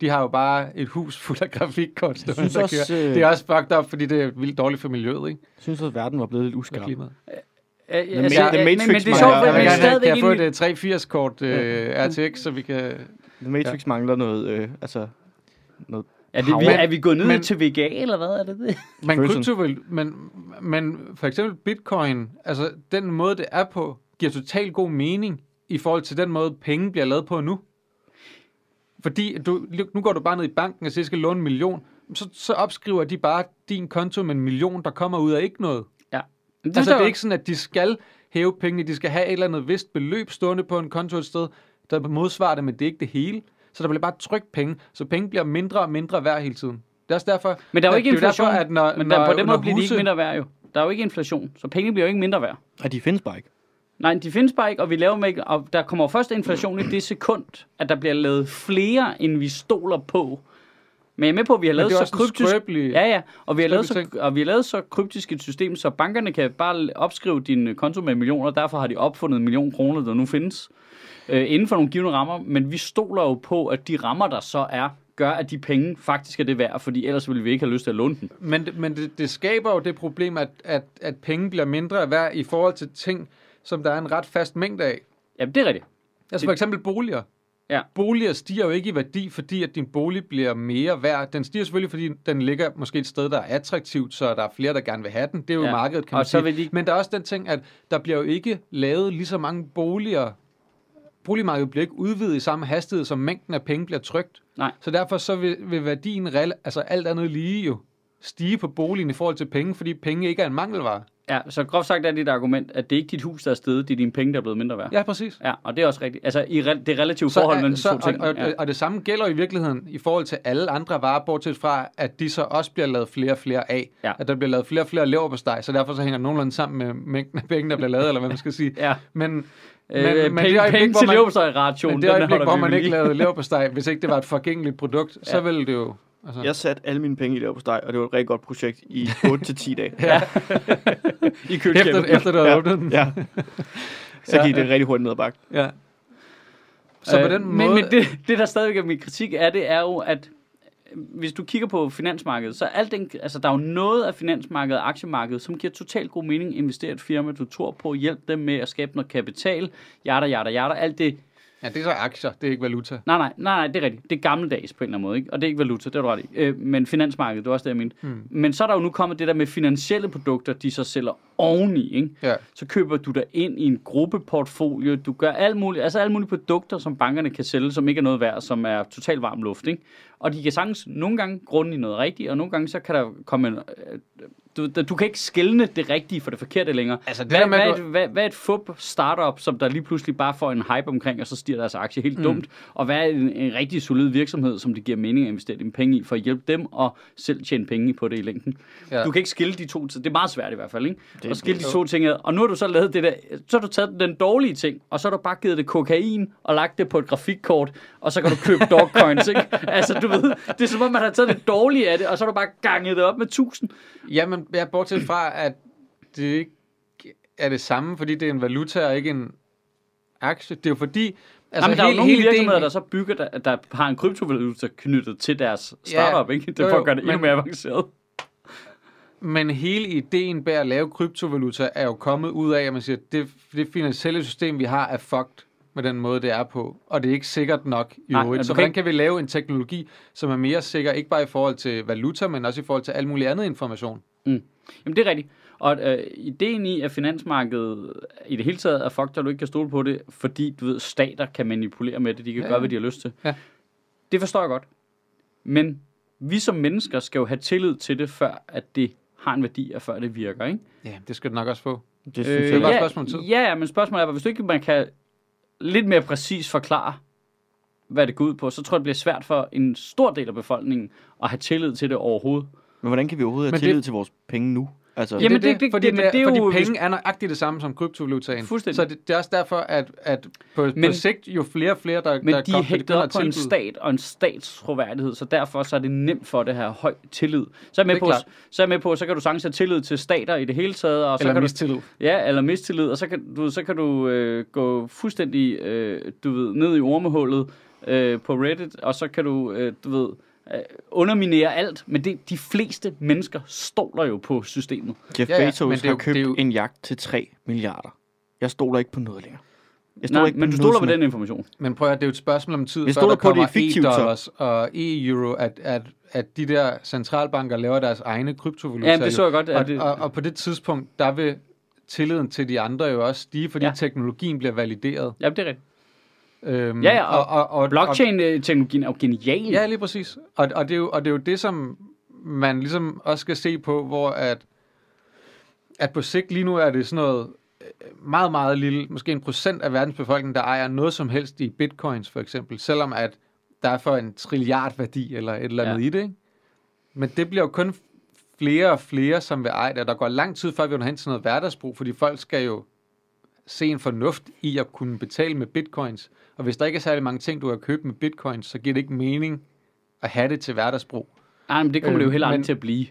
de har jo bare et hus fuld af grafikkort. stående,
synes
der
også,
kører.
øh,
Det er også fucked up, fordi det er vildt dårligt for miljøet, ikke?
Jeg synes, at verden var blevet lidt
Med
uskarp.
klimaet.
Ja, ja,
Ma- The
ja, men-
Matrix
men det er
mangler-
sjovt,
Jeg
men
vil
det er
gerne-
stadigvæk
kan jeg få
egentlig...
et 380-kort øh, RTX, så vi kan...
The Matrix ja. mangler noget, øh, altså... Noget.
Er, det, vi,
Men-
er vi gået ned
men-
til VGA, eller hvad er det det?
Men
Følelsen.
krypto vil, men, men for eksempel bitcoin, altså den måde, det er på, giver totalt god mening i forhold til den måde, penge bliver lavet på nu. Fordi du, nu går du bare ned i banken og siger, at jeg skal låne en million, så, så opskriver de bare din konto med en million, der kommer ud af ikke noget.
Det
altså,
forstår
det er
jeg
ikke sådan, at de skal hæve pengene, de skal have et eller andet vist beløb stående på en konto et sted, der modsvarer det, men det er ikke det hele. Så der bliver bare trykt penge, så penge bliver mindre og mindre værd hele tiden. Det er også derfor...
Men der er jo
at-
ikke
det
inflation,
derfor, at når,
men
når,
der, på den
når
måde bliver de ikke
huse-
mindre værd jo. Der er jo ikke inflation, så penge bliver jo ikke mindre værd.
Og de findes bare ikke.
Nej, de findes bare ikke, og vi laver dem ikke, og der kommer jo først inflation i det sekund, at der bliver lavet flere, end vi stoler på. Men jeg er med på, at vi har
Men
lavet
det er
så
også en
kryptisk...
skrøbelig-
Ja, ja, og vi, har lavet så,
skrøbelig
og vi har lavet så kryptisk et system, så bankerne kan bare opskrive din øh, konto med millioner, og derfor har de opfundet en million kroner, der nu findes, øh, inden for nogle givende rammer. Men vi stoler jo på, at de rammer, der så er, gør, at de penge faktisk er det værd, fordi ellers ville vi ikke have lyst til at låne dem.
Men, det- men det, det skaber jo det problem, at, at, at penge bliver mindre værd i forhold til ting, som der er en ret fast mængde af.
Jamen, det er rigtigt.
Altså for eksempel boliger.
Ja.
Boliger stiger jo ikke i værdi, fordi at din bolig bliver mere værd. Den stiger selvfølgelig, fordi den ligger måske et sted, der er attraktivt, så der er flere, der gerne vil have den. Det er jo
Ja.
ja. markedet, kan
Og
man
så
sige.
vil de-
Men der er også den ting, at der bliver jo ikke lavet lige så mange boliger. Boligmarkedet bliver ikke udvidet i samme hastighed, som mængden af penge bliver trygt.
Nej.
Så derfor så vil, vil værdien, rel- altså alt andet lige jo, stige på boligen i forhold til penge, fordi penge ikke er en mangelvare.
Ja, så groft sagt er dit argument, at det er ikke dit hus, der er stedet, det er dine penge, der er blevet mindre værd.
Ja, præcis.
ja og det er også rigtigt. Altså, i re- det relative
Så,
forhold
er-
mellem de to
så,
ting.
og, og,
ja.
og det samme gælder i virkeligheden i forhold til alle andre varer, bortset fra, at de så også bliver lavet flere og flere af.
Ja.
At der bliver lavet flere og flere lever på steg, så derfor så hænger det nogenlunde sammen med mængden af penge, der bliver lavet, eller hvad man skal sige.
*laughs* Ja.
Men, men,
Øh, men, penge,
øjeblik,
penge
hvor
til
man-
leverpostej-ratioen,
men det øjeblik, hvor man ikke
lavede...
lavede leverpostej, hvis ikke det var et forgængeligt produkt, så
Ja.
ville det jo... Altså,
Jeg satte alle mine penge i det på dig, og det var et rigtig godt projekt
*laughs*
i 8-10 dage. I
Ja. efter,
køleskabet.
efter du havde
Ja.
åbnet den.
Ja. Så gik det rigtig hurtigt ned ad bakke.
Ja. Så på den måde...
Øh, Men, men det, det, der stadigvæk er min kritik af det, er jo, at øh, hvis du kigger på finansmarkedet, så er alt den, altså, der er jo noget af finansmarkedet og aktiemarkedet, som giver totalt god mening. Investere i et firma, du tror på, hjælp dem med at skabe noget kapital, jada, jada, jada, alt det.
Ja, det er så aktier, det er ikke valuta.
Nej, nej, nej, nej, det er rigtigt. Det er gammeldags på en eller anden måde, ikke? og det er ikke valuta, det er du ret i. Øh, men finansmarkedet, det var også det, jeg mente.
Mm.
Men så er der jo nu kommet det der med finansielle produkter, de så sælger oveni, ikke?
Ja.
så køber du dig ind i en gruppeportfolio, du gør alt muligt, altså alle mulige produkter, som bankerne kan sælge, som ikke er noget værd, som er totalt varm luft, ikke? Og de kan sagtens nogle gange grunde i noget rigtigt, og nogle gange så kan der komme en... øh, Du, der- du kan ikke skelne det rigtige for det forkerte længere.
Altså, det
hvad,
der med,
hvad, er
du-
et, hvad, hvad er et fup startup, som der lige pludselig bare får en hype omkring, og så stiger deres aktie helt mm. dumt? Og hvad er en, en rigtig solid virksomhed, som det giver mening at investere dine penge i, for at hjælpe dem og selv tjene penge på det i længden?
Ja.
Du kan ikke skille de to ting. Det er meget svært i hvert fald, ikke?
Det-
Det, at skille de to ting ad. Og nu har du så lavet det der, så har du taget den dårlige ting, og så har du bare givet det kokain og lagt det på et grafikkort, og så kan du
*laughs*
købe dogcoins, ikke? Altså, du ved, det er som om, man har taget det dårlige af det, og så har du bare ganget det op med tusind.
Jamen, ja, bortset fra, at det ikke er det samme, fordi det er en valuta og ikke en aktie. Det er jo fordi...
Altså, Jamen, der er jo nogle virksomheder,
ideen-
der så bygger, der, der har en kryptovaluta knyttet til deres startup, ikke? Det
Jo,
er for
jo,
at gøre det endnu
men-
mere avanceret.
Men hele ideen bag at lave kryptovaluta er jo kommet ud af, at man siger, at det, det finansielle system, vi har, er fucked med den måde, det er på. Og det er ikke sikkert nok i
Nej,
øvrigt.
og
Så
du kan
hvordan
ikke-
kan vi lave en teknologi, som er mere sikker, ikke bare i forhold til valuta, men også i forhold til al mulig anden information?
Jamen, det er rigtigt. Og øh, ideen i, at finansmarkedet i det hele taget er fucked, og du ikke kan stole på det, fordi, du ved, stater kan manipulere med det, de kan
Ja,
ja, gøre,
ja.
hvad de har lyst til.
Ja.
Det forstår jeg godt. Men vi som mennesker skal jo have tillid til det, før at det har en værdi, og før det virker, ikke?
Ja, det skal du nok også få.
Det synes
Øh,
jeg.
bare et
ja,
spørgsmål om tid.
Ja, ja, men spørgsmålet er, hvis du ikke man kan lidt mere præcis forklare, hvad det går ud på, så tror jeg, det bliver svært for en stor del af befolkningen at have tillid til det overhovedet.
Men hvordan kan vi overhovedet
Men
have
det-
tillid til vores penge nu? Altså,
Jamen, det- det-
fordi,
det- men
er,
det er jo-
fordi penge er nøjagtigt det samme som kryptovalutaen.
Fuldstændig.
Så det, det er også derfor, at, at på, men, på
Men-
sigt, jo flere og flere, der,
Men
der
de er
kommer-
hægtet
begynder
op
at
på en
tilbyde-
stat og en stats troværdighed, så derfor så er det nemt for det her høj tillid. Så er jeg med,
Det er
på,
klart.
så er jeg med på, så kan du sagtens have tillid til stater i det hele taget. Og så
Eller
kan
mistillid.
Du, ja, eller mistillid, og så kan du, så kan du øh, gå fuldstændig øh, du ved, ned i ormehullet øh, på Reddit, og så kan du, øh, du ved, øh, underminere alt. Men det, de fleste mennesker stoler jo på systemet.
Jeff
Ja, ja,
Bezos
men det er jo-
har købt
det er jo-
en jagt til 3 milliarder. Jeg stoler ikke på noget længere. Jeg stoler
Nej,
ikke
men du
på noget
stoler på
som
den information.
Men prøv at høre, det er jo et spørgsmål om tid,
Hvis
før
du
der
er på, det
kommer
er fiktivt, så.
e-dollars og e-euro, at, at, at de der centralbanker laver deres egne kryptovalutaer.
Ja, men det så jeg godt.
og,
At det,
og, og på det tidspunkt, der vil tilliden til de andre jo også stige, fordi ja.
Ja.
teknologien bliver valideret.
ja, det er rigtigt.
Øhm,
Ja, ja, og-
og,
Blockchain-teknologien er jo genial.
Ja, lige præcis. Og, og, det er jo, og det er jo det, som man ligesom også skal se på, hvor at, at på sigt lige nu er det sådan noget øh, meget, meget lille, måske en procent af verdens befolkning, der ejer noget som helst i bitcoins for eksempel, selvom at der er for en trilliard værdi eller et eller andet ja.
Ja.
i det. Ikke? Men det bliver jo kun flere og flere, som vil eje det, og der går lang tid før, vi når hen til noget hverdagsbrug, fordi folk skal jo se en fornuft i at kunne betale med bitcoins. Og hvis der ikke er særlig mange ting, du har købt med bitcoins, så giver det ikke mening at have det til hverdagsbrug.
Ej, men det kommer
Øh,
det jo heller aldrig
men-
til at blive.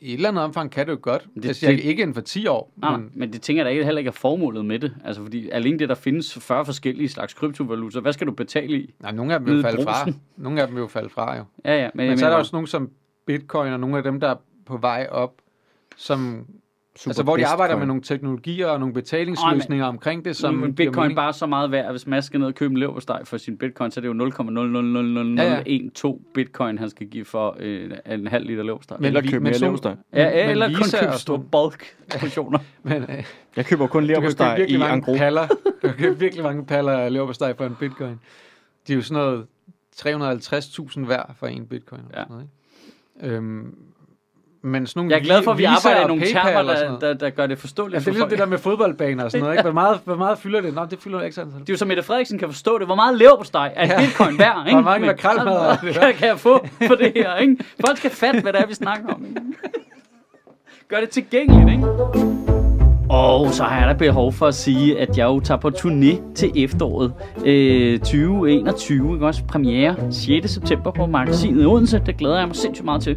I et eller andet omfang kan det jo godt. Det,
Det-
jeg siger
det- Ah.
ikke inden for 10 år,
Nej,
men
men, men det tænker jeg da ikke- heller ikke er formålet med det. Altså, fordi alene det, der findes 40 forskellige slags kryptovaluta, hvad skal du betale i?
nej, nogle af dem vil jo
Nede i
falde fra.
brugsen.
Nogle af dem vil jo falde fra, jo.
Ja, ja.
Men,
jeg
men så er der
mener-
også nogle som bitcoin, og nogle af dem, der er på vej op, som,
Super
altså, hvor de arbejder
Bitcoin.
med nogle teknologier og nogle betalingsløsninger omkring det, som
som men
giver
bitcoin
mening.
bare er så meget værd, at hvis Mads skal ned og købe en leverpostej for sin bitcoin, så er det jo 0,0000012 bitcoin, han skal give for øh, en halv liter leverpostej.
Men-
Men,
Eller
vi-
købe
men
mere
så-
leverpostej.
ja,
men
eller kun
Visa
købe
og
store
sådan-
bulk portioner.
Men, øh,
Jeg køber kun
du kan købe
leverpostej i
virkelig mange
Angro.
paller. *laughs* Du kan købe virkelig mange paller af leverpostej for en bitcoin. De er jo sådan noget 350.000 hver for en bitcoin.
Ja.
Ja. Sådan noget, ikke? Øhm, Men sådan nogle
Jeg er glad for, at vi
Visa
arbejder i
og
nogle
PayPal
termer,
og sådan
der,
noget.
der, der gør det forståeligt
Ja, det er
for
ligesom
folk.
det der med fodboldbaner og sådan
*laughs*
noget, ikke? Hvor meget, hvor meget fylder det? Nå, det fylder ikke sådan.
Det er jo så, Mette Frederiksen kan forstå det. Hvor meget lever på steg er ja. bitcoin værd, ikke?
Hvor mange makrelmad er det
det kan, kan jeg få for det her, ikke? Folk skal fatte, hvad det er, vi snakker om, ikke? Gør det tilgængeligt, ikke? Og så har jeg da behov for at sige, at jeg jo tager på turné til efteråret øh, 2021. Ikke også premiere 6. september på magasinet i Odense. Det glæder jeg mig sindssygt meget til.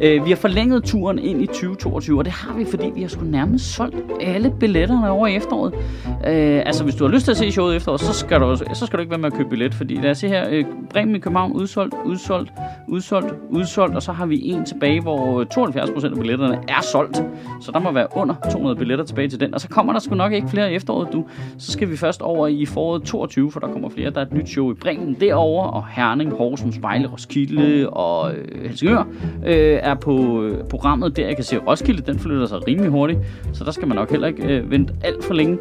Øh, vi har forlænget turen ind i 2022, og det har vi, fordi vi har sgu nærmest solgt alle billetterne over i efteråret. Øh, altså, hvis du har lyst til at se showet i efteråret, så skal du, så skal du ikke være med at købe billet, fordi lad os se her, øh, Bremen i København udsolgt, udsolgt, udsolgt, udsolgt, og så har vi en tilbage, hvor øh, 72% af billetterne er solgt. Så der må være under 200 billetter tilbage til den, og så kommer der sgu nok ikke flere i efteråret, du. Så skal vi først over i foråret 22, for der kommer flere. Der er et nyt show i Bremen derovre, og Herning, Horsens, Vejle, Roskilde og øh, Helsingør øh, er på øh, programmet der. Jeg kan se, at Roskilde, den flytter sig rimelig hurtigt, så der skal man nok heller ikke øh, vente alt for længe,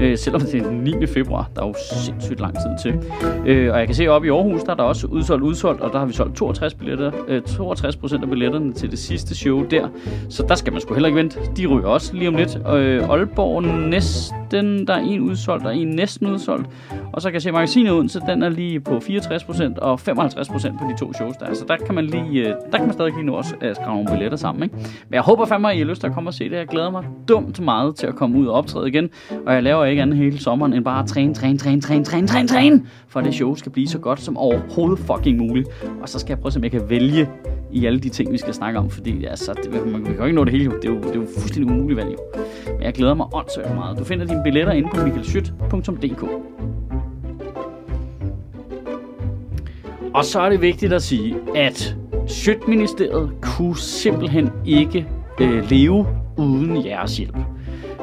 øh, selvom det er den 9. februar. Der er jo sindssygt lang tid til. Øh, og jeg kan se, at oppe i Aarhus, der er der også udsolgt, udsolgt, og der har vi solgt 62 billetter, øh, 62 procent af billetterne til det sidste show der. Så der skal man sgu heller ikke vente. De ryger også lige om lidt. Øh, Aalborg næsten, der er en udsolgt, og en næsten udsolgt. Og så kan jeg se, at magasinet Odense, den er lige på 64 procent og 55 procent på de to shows der. er. Så der kan man lige, øh, der kan man stadig lige nå også at øh, skrave nogle billetter sammen. Ikke? Men jeg håber fandme, at I har lyst til at komme og se det. Jeg glæder mig dumt meget til at komme ud og optræde igen. Og jeg laver ikke andet hele sommeren end bare at træne, træne, træne, træne, træne, træne, træne. For at det show skal blive så godt som overhovedet fucking muligt. Og så skal jeg prøve, at se, om jeg kan vælge i alle de ting, vi skal snakke om. Fordi altså, det, man, vi kan jo ikke nå det hele. jo. Det er jo, det er jo fuldstændig umuligt valg. jo. Men jeg glæder mig åndssvagt meget. Du finder dine billetter inde på michaelschyt.dk. Og så er det vigtigt at sige, at Sjøtministeriet kunne simpelthen ikke øh, leve uden jeres hjælp.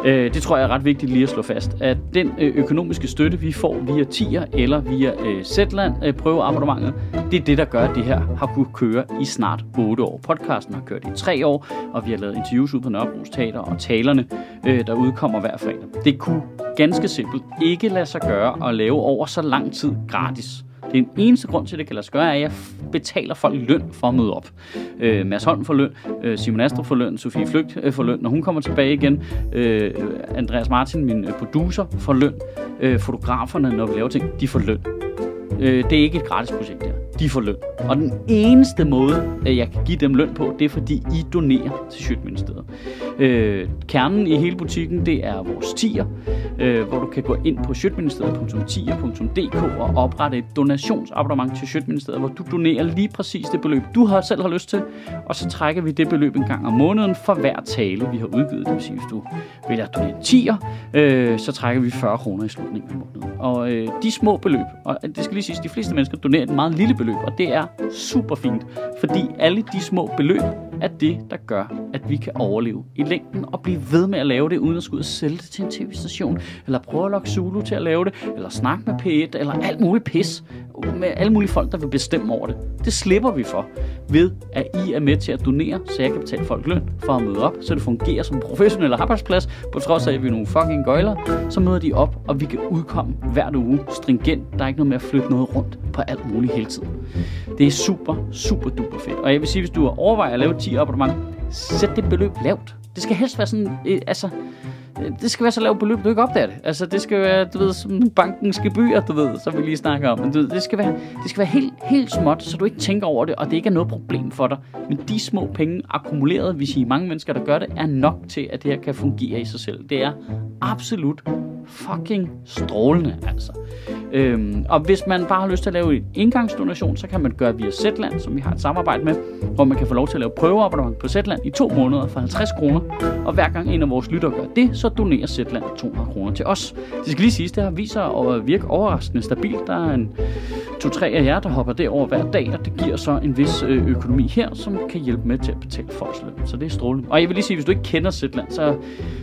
Øh, det tror jeg er ret vigtigt lige at slå fast, at den øh, økonomiske støtte, vi får via TIR eller via øh, Zetland øh, prøveabonnementet, det er det, der gør, at det her har kunnet køre i snart 8 år. Podcasten har kørt i 3 år, og vi har lavet interviews ude på Nørrebro's Teater, og talerne, øh, der udkommer hver fredag. Det kunne ganske simpelt ikke lade sig gøre at lave over så lang tid gratis. Den eneste grund til, at det kan lade sig gøre, er, at jeg f- betaler folk løn for at møde op. Øh, Mads Holm får løn, øh, Simon Astrup får løn, Sofie Flygt øh, får løn, når hun kommer tilbage igen. Øh, Andreas Martin, min øh, producer, får løn. Øh, fotograferne, når vi laver ting, de får løn. Øh, det er ikke et gratis projekt der. De får løn. Og den eneste måde, øh, jeg kan give dem løn på, det er fordi I donerer til Sjøtministeriet. Øh, kernen i hele butikken, det er vores tier, øh, hvor du kan gå ind på sjøtministeriet.tier.dk og oprette et donationsabonnement til Sjøtministeriet, hvor du donerer lige præcis det beløb, du har selv har lyst til, og så trækker vi det beløb en gang om måneden for hver tale, vi har udgivet. Det vil sige, hvis du vælger at donere 10'er, øh, så trækker vi 40 kroner i slutningen af måneden. Og øh, de små beløb, og det skal lige siges, de fleste mennesker donerer et meget lille beløb, og det er super fint, fordi alle de små beløb er det, der gør, at vi kan overleve i længden og blive ved med at lave det, uden at skulle ud og sælge det til en tv-station, eller prøve at lokke Zulu til at lave det, eller snakke med P1, eller alt muligt pis med alle mulige folk, der vil bestemme over det. Det slipper vi for, ved at I er med til at donere, så jeg kan betale folk løn for at møde op, så det fungerer som en professionel arbejdsplads, på trods af, at vi er nogle fucking gøjler, så møder de op, og vi kan udkomme hver uge stringent. Der er ikke noget med at flytte noget rundt på alt muligt hele tiden. Det er super, super duper fedt. Og jeg vil sige, hvis du overvejer at lave et 10 abonnement, sæt det beløb lavt. Det skal helst være sådan, øh, altså, øh, det skal være så lavt beløb, du ikke opdager det. Altså, det skal være, du ved, som bankens gebyr, du ved, som vi lige snakker om. Men Du ved, det skal være, det skal være helt, helt småt, så du ikke tænker over det, og det ikke er noget problem for dig. Men de små penge akkumuleret, hvis I er mange mennesker, der gør det, er nok til, at det her kan fungere i sig selv. Det er absolut fucking strålende, altså. Øhm, og hvis man bare har lyst til at lave en engangsdonation, så kan man gøre via Zetland, som vi har et samarbejde med, hvor man kan få lov til at lave prøveabonnement på Zetland i to måneder for 50 kroner. Og hver gang en af vores lyttere gør det, så donerer Zetland 200 kroner til os. Det skal lige siges, det har vist sig at virke overraskende stabilt. Der er en to-tre af jer, der hopper derover hver dag, og det giver så en vis øh, økonomi her, som kan hjælpe med til at betale folks løn. Så det er strålende. Og jeg vil lige sige, hvis du ikke kender Zetland, så,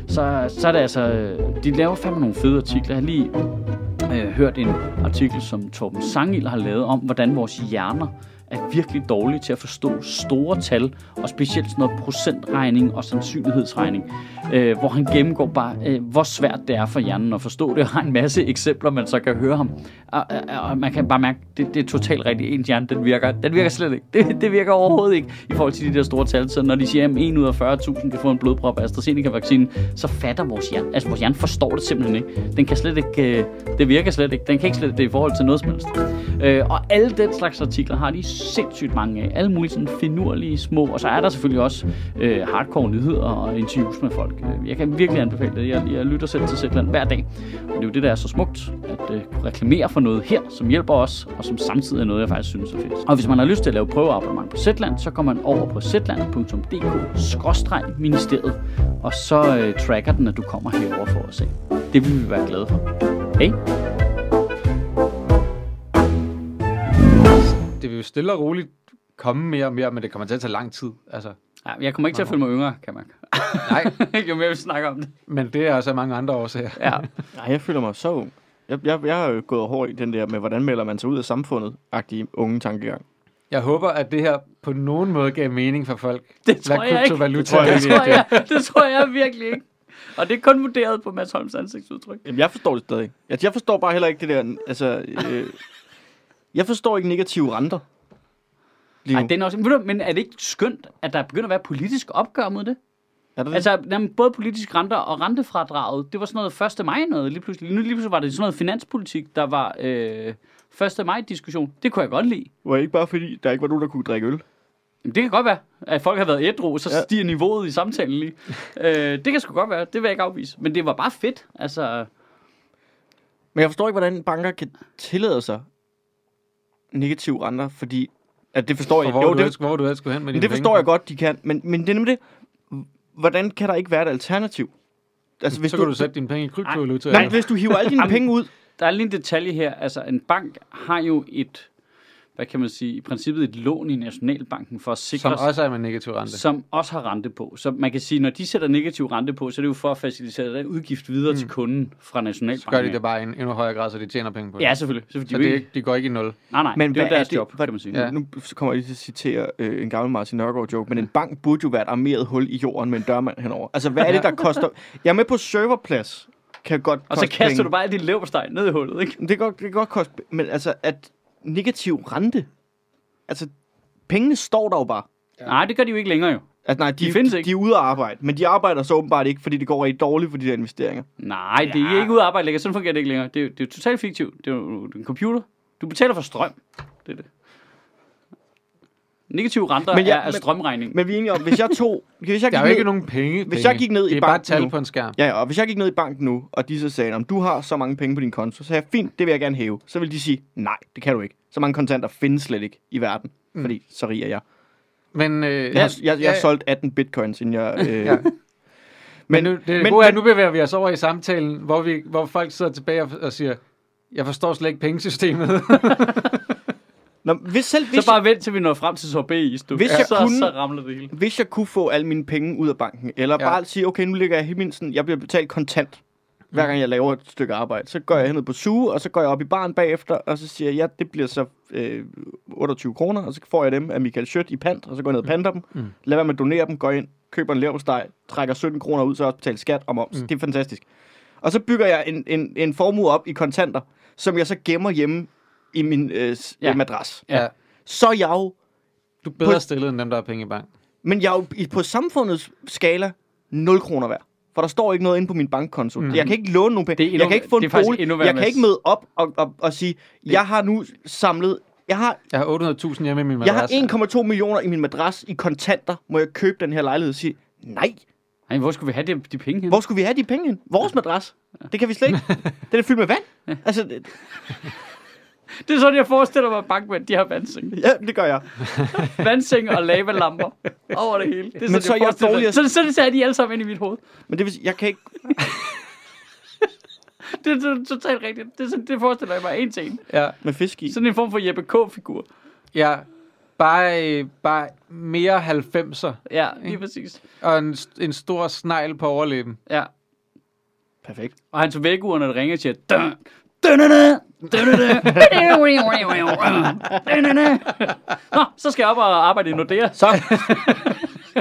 så, så er det altså... øh, De laver fandme nogle fede artikler. Jeg har lige øh, hørt en artikel, som Torben Sangil har lavet om, hvordan vores hjerner er virkelig dårlige til at forstå store tal, og specielt sådan noget procentregning og sandsynlighedsregning, øh, hvor han gennemgår bare, øh, hvor svært det er for hjernen at forstå det, og har en masse eksempler, man så kan høre ham. Og, og, og man kan bare mærke, det, det er totalt rigtigt. Ens hjerne, den virker, den virker slet ikke. Det, det virker overhovedet ikke i forhold til de der store tal. Så når de siger, at 1 ud af 40.000 kan få en blodprop af AstraZeneca-vaccinen, så fatter vores hjerne. Altså, vores hjerne forstår det simpelthen ikke. Den kan slet ikke, øh, det virker slet ikke. Den kan ikke slet det i forhold til noget som helst. Øh, og alle den slags artikler har de sindssygt mange af. Alle mulige sådan finurlige små. Og så er der selvfølgelig også øh, hardcore nyheder og interviews med folk. Øh, Jeg kan virkelig anbefale det. Jeg, jeg lytter selv til Zetland hver dag. Og det er jo det, der er så smukt, at øh, kunne reklamere for noget her, som hjælper os, og som samtidig er noget, jeg faktisk synes er fedt. Og hvis man har lyst til at lave prøveabonnement på Zetland, så går man over på zetland.dk-ministeriet, og så øh, tracker den, at du kommer herover for at se. Det vil vi være glade for. Hey.
Det vil jo stille og roligt komme mere og mere, men det kommer til at tage lang tid. Altså.
Ja, Jeg kommer ikke til at føle mig yngre, kan man.
Nej,
*laughs* jo mere vi snakker om det.
men det er altså mange andre årsager.
Ja.
Nej, jeg føler mig så ung. Jeg, jeg, jeg har jo gået hårdt i den der med, hvordan melder man sig ud af samfundet-agtige unge tankegang.
Jeg håber, at det her på nogen måde gav mening for folk.
Det tror
Hvad
jeg ikke.
kryptovaluta
Det tror jeg
Det
egentlig
tror,
er.
jeg, det tror jeg virkelig ikke. Og det er kun vurderet på Mads Holms ansigtsudtryk.
Jamen, jeg forstår det stadig. Altså, Jeg, jeg forstår bare heller ikke det der, altså... Øh, jeg forstår ikke negative renter. Lige
Ej,
nu.
den er også, ved du, men er det ikke skønt, at der begynder at være politisk opgør mod det?
er det det?
Altså, jamen, både politisk renter og rentefradraget, det var sådan noget 1. maj noget lige pludselig. Nu lige pludselig var det sådan noget finanspolitik, der var øh, 1. maj-diskussion. Det kunne jeg godt lide.
Var ikke bare fordi, der ikke var nogen, der kunne drikke øl?
Jamen, det kan godt være, at folk har været ædru, så
Ja.
stiger niveauet i samtalen lige. øh, det kan sgu godt være, det vil jeg ikke afvise. Men det var bare fedt, altså...
Men jeg forstår ikke, hvordan banker kan tillade sig negative renter, fordi... At det forstår
For
jeg
hvor,
ikke. Jo,
du
det,
ellers, hvor du ellers skulle hen med
Men
dine
det
penge.
forstår jeg godt, de kan. Men, men det er nemlig det. Hvordan kan der ikke være et alternativ? Altså, hvis
Så
du,
kan du sætte dine penge i kryptovaluta.
Nej, hvis du hiver alle dine penge ud.
Der er lige en detalje her. Altså, en bank har jo et, hvad kan man sige, i princippet et lån i Nationalbanken for at
Som
sikre sig-
også er med negativ rente.
som også har rente på. Så man kan sige, når de sætter negativ rente på, så er det jo for at facilitere den udgift videre mm. til kunden fra
Så gør
Nationalbanken.
de det bare i en endnu højere grad, så de tjener penge på det.
Ja, selvfølgelig. selvfølgelig
så det er ikke, de går ikke i nul.
Nej, nej, men det er jo
hvad
deres
det-
job,
hvad-
kan man sige.
Ja.
Ja.
Nu kommer jeg lige til at citere øh, en gammel Martin Nørgaard joke,
Mm.
men en bank burde jo være et armeret hul i jorden med en dørmand henover. Altså, hvad
*laughs*
er det, der koster? Jeg er med på serverplads. Kan godt
Og så
koste
kaster
penge.
du bare alt dit leverpostej ned i hullet, ikke?
Det kan godt, det kan godt koste... Men altså, at negativ rente... Altså, pengene står der jo bare.
Ja. Nej, det gør de jo ikke længere jo.
Altså, nej, de, de,
findes
de,
ikke.
de er ude at arbejde, men de arbejder så åbenbart ikke, fordi det går rigtig dårligt for de der investeringer.
Nej, det er ikke ude at arbejde længere. Sådan fungerer det ikke længere. Det er, jo- det er jo totalt fiktivt. Det er jo en computer. Du betaler for strøm. Det er det. Negative renter
Men
men
ja,
er, er
men-
strømregning.
Men vi er enige om, hvis jeg tog... Hvis jeg gik
Der er jo
ned,
ikke nogen penge.
Hvis
penge.
jeg gik ned i
Det er bare et
banken
tal
nu-
på en skærm.
Ja, ja, og hvis jeg gik ned i banken nu, og de så sagde, om du har så mange penge på din konto, så sagde jeg, fint, det vil jeg gerne hæve. Så vil de sige, nej, det kan du ikke. Så mange kontanter findes slet ikke i verden, mm. fordi så rig er jeg.
Men, øh,
Jeg, har, jeg, jeg har solgt 18 bitcoins, inden jeg... Øh, *laughs*
Ja. Men, nu, det men, gode er, at
men,
nu bevæger vi os over i samtalen, hvor, vi, hvor folk sidder tilbage og, og siger, jeg forstår slet ikke pengesystemet.
nå, hvis selv hvis,
Så bare vent, til vi når frem til sorbet i
Hvis jeg
så,
kunne-
så ramler det hele.
jeg, hvis jeg kunne få alle mine penge ud af banken, eller
Ja.
ja. bare sige, okay, nu ligger jeg helt mindst, sådan, jeg bliver betalt kontant, hver gang jeg laver et stykke arbejde. Så går jeg hen på suge, og så går jeg op i baren bagefter, og så siger jeg, ja, det bliver så øh, 28 kroner, og så får jeg dem af Michael Schødt i pant, og så går jeg ned og panter dem. Mm. Lad være med at donere dem, går ind, køber en leverpostej, trækker 17 kroner ud, så jeg også betaler skat og moms. Mm. Det er fantastisk. Og så bygger jeg en, en, en formue op i kontanter, som jeg så gemmer hjemme i min øh,
Ja.
ja. madras.
ja.
Så er jeg jo,
*laughs* Du er bedre stillet end dem, der har penge i bank.
men jeg er jo i- på samfundets skala 0 kroner værd. For der står ikke noget inde på min bankkonto. Mm. Jeg kan ikke låne nogen penge.
Mhm. Det er endnu-
jeg kan ikke få en
det er faktisk
bolig.
endnu værre,
jeg kan
Mads.
ikke møde op og, og, og sige, jeg har nu samlet... Jeg har,
Jeg har 800.000 hjemme i min
jeg har
madras.
1,2 millioner i min madras i kontanter. Må jeg købe den her lejlighed og sige, nej,
Ej, hvor skulle vi have de, de penge hen?
hvor skulle vi have de penge hen? Vores madras. Det kan vi slet ikke.
*laughs*
Den er fyldt med vand. Altså, det-
Det er sådan, jeg forestiller mig, at bankmænd de har vandseng.
ja, det gør jeg.
Vandseng og lavalamper over det hele. Det er sådan,
så er jeg
forestiller mig.
dårligere-
Så, så, så er de alle sammen ind i mit hoved.
Men det vil sige, jeg kan ikke...
Det er to- totalt rigtigt. Det, er sådan, det forestiller jeg mig en til en.
Ja.
Med fisk i.
Sådan en form for Jeppe K-figur.
ja. Bare, øh, bare mere 90'er.
Ja, lige præcis.
Og en, st- en stor snegl på overlæben.
Ja.
Perfekt.
Og han tog vækkeuren, og det ringer og siger, dun, dun, dun, dun, Nå, så skal jeg op og arbejde i Nordea.
Så.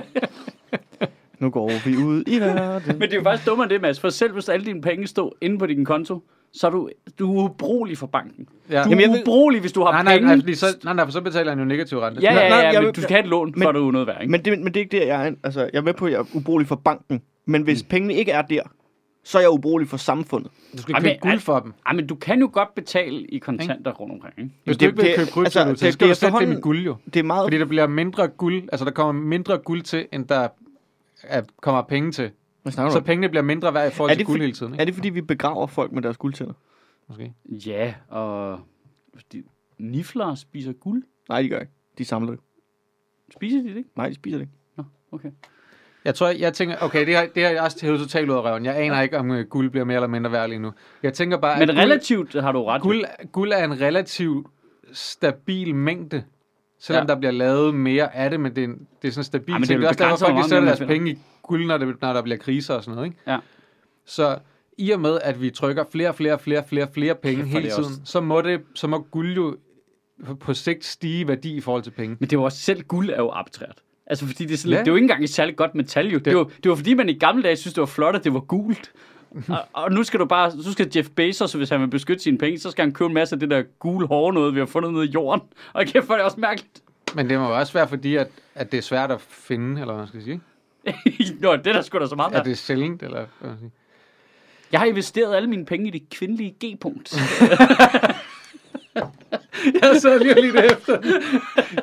*laughs* nu går vi ud i verden.
Men det er jo faktisk dummere end det, Mads. For selv hvis alle dine penge stod inde på din konto, så er du, du er ubrugelig for banken.
Ja.
Du
Jamen, jeg
er
ved-
ubrugelig, hvis du har
Nej, nej,
penge.
nej, fordi så, nej, nej, for så betaler han jo negativ rente.
Ja,
Nej,
ja,
nej,
ja,
jeg
men
vil-
du skal have et lån, for
Men-
du er noget værd, ikke?
Men det, men det er ikke der, jeg er. Altså, jeg er med på, at jeg er ubrugelig for banken. Men hvis mm. pengene ikke er der, så er jeg ubrugelig for samfundet.
Du skal
Ej,
købe
men-
guld for dem.
Ej, men du kan jo godt betale i kontanter rundt omkring, ikke?
Hvis
det-
du ikke vil
det-
købe krypto,
altså,
altså,
det-
så
det
skal
er
du sætte det med
efterhånden-
guld jo.
Det er meget...
Fordi der bliver mindre guld, altså der kommer mindre guld til, end der er, kommer penge til.
Hvad snakker du
Så
om?
pengene bliver mindre værd i forhold
Er
til
det
guld
for-
hele tiden, ikke?
Er det, fordi vi begraver folk med deres guldtænder?
Måske.
Ja, og de nifler spiser guld.
Nej, de gør ikke. De samler det.
Spiser de det ikke?
Nej, de spiser det ikke.
Nå, okay.
Jeg tror, jeg, jeg tænker, okay, det har, det har jeg også hævet totalt ud af røven. Jeg aner ikke, om øh, guld bliver mere eller mindre værd lige nu. Jeg tænker bare,
Men
at guld,
relativt har du ret. jo.
guld, guld er en relativt stabil mængde. Selvom
Ja.
ja. der bliver lavet mere af det, men det er, en, det er sådan stabilt.
Ej,
Ja,
men
det,
det er
det
jo
er også derfor,
begrænset,
folk
hvor meget
de sætter
man
deres
finder.
penge i guld, når, det, når der bliver kriser og sådan noget. Ikke?
Ja.
Så i og med, at vi trykker flere, flere, flere, flere, flere penge
Kæft, hvor er
hele
det også-
tiden, så må, det, så må guld jo på- på sigt stige i værdi i forhold til penge.
Men det var også selv guld er jo abtrært. Altså, fordi det er, sådan,
Ja.
ja. det er jo ikke engang et særligt godt metal, jo. Det, det, var, det var fordi, man i gamle dage synes, det var flot, at det var
*laughs*
gult. og, og, nu skal du bare, så skal Jeff Bezos, hvis han vil beskytte sine penge, så skal han købe en masse af det der gule hårde noget, vi har fundet nede i jorden. *laughs* Og kæft, for det er også mærkeligt. *laughs*
Men det må jo også være fordi, at, at det er svært at finde, eller hvad man skal sige.
Nå, det er der sgu da så meget
Er
det...
det sjældent, eller hvad man skal sige.
Jeg har investeret alle mine penge i det kvindelige
*laughs*
G-punkt.
*laughs* Jeg sad lige lige det efter.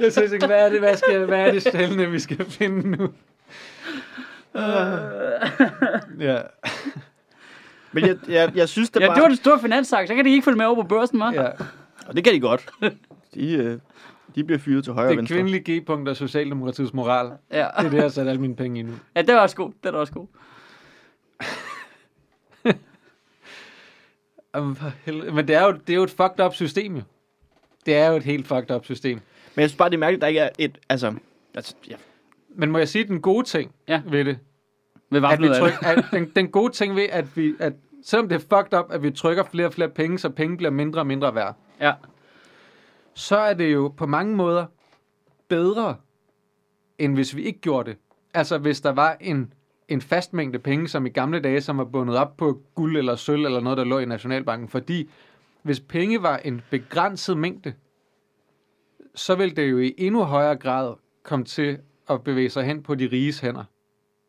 Jeg synes ikke, hvad er det, hvad, skal, hvad er det sjældne, vi skal finde nu? Ja.
*laughs* Men jeg, jeg, jeg synes, det
ja,
bare...
det var den store finanssag. Så kan de ikke følge med over på børsen, hva'?
ja.
Og det kan de godt. De, øh, de bliver fyret til højre og
Det
venstre.
kvindelige G-punkt og Socialdemokratiets moral.
Ja.
Det er det, jeg har sat alle mine penge i nu.
ja, det var også god. Det var også god.
Jamen, for helvede. Men det er, jo, det er jo et fucked up system, jo. Det er jo et helt fucked up system.
Men jeg synes bare, det er mærkeligt, at der ikke er et... Altså, altså ja.
Men må jeg sige den gode ting
Ja.
ved det?
Med
At vi
vaflet
tryk, at den, den gode ting ved, at vi... At, selvom det er fucked up, at vi trykker flere og flere penge, så penge bliver mindre og mindre værd,
Ja.
så er det jo på mange måder bedre, end hvis vi ikke gjorde det. Altså, hvis der var en, en fast mængde penge, som i gamle dage, som var bundet op på guld eller sølv eller noget, der lå i Nationalbanken. Fordi hvis penge var en begrænset mængde, så ville det jo i endnu højere grad komme til at bevæge sig hen på de riges hænder.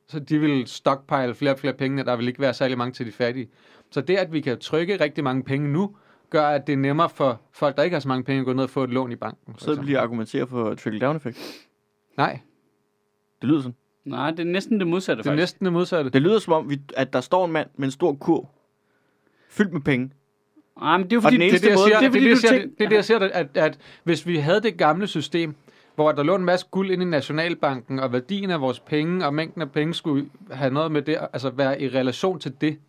Så de vil stockpile flere og flere penge, og der vil ikke være særlig mange til de fattige. Så det, at vi kan trykke rigtig mange penge nu, gør, at det er nemmere for folk, der ikke har så mange penge, at gå ned og få et lån i banken. for
Så
eksempel.
bliver argumentere for trickle-down-effekt.
Nej,
Det lyder sådan.
Nej, det er næsten det modsatte,
det er
faktisk.
næsten det modsatte.
Det lyder som om, vi, at der står en mand med en stor kurv, fyldt med penge.
Nej, men det er jo
Og
fordi,
den
det,
eneste
er,
det, er det,
fordi,
jeg siger, det, er det,
du
jeg siger,
tænker...
det, det, er det, jeg siger at, at, at hvis vi havde det gamle system, hvor der lå en masse guld inde i Nationalbanken, og værdien af vores penge og mængden af penge skulle have noget med det, altså være i relation til det,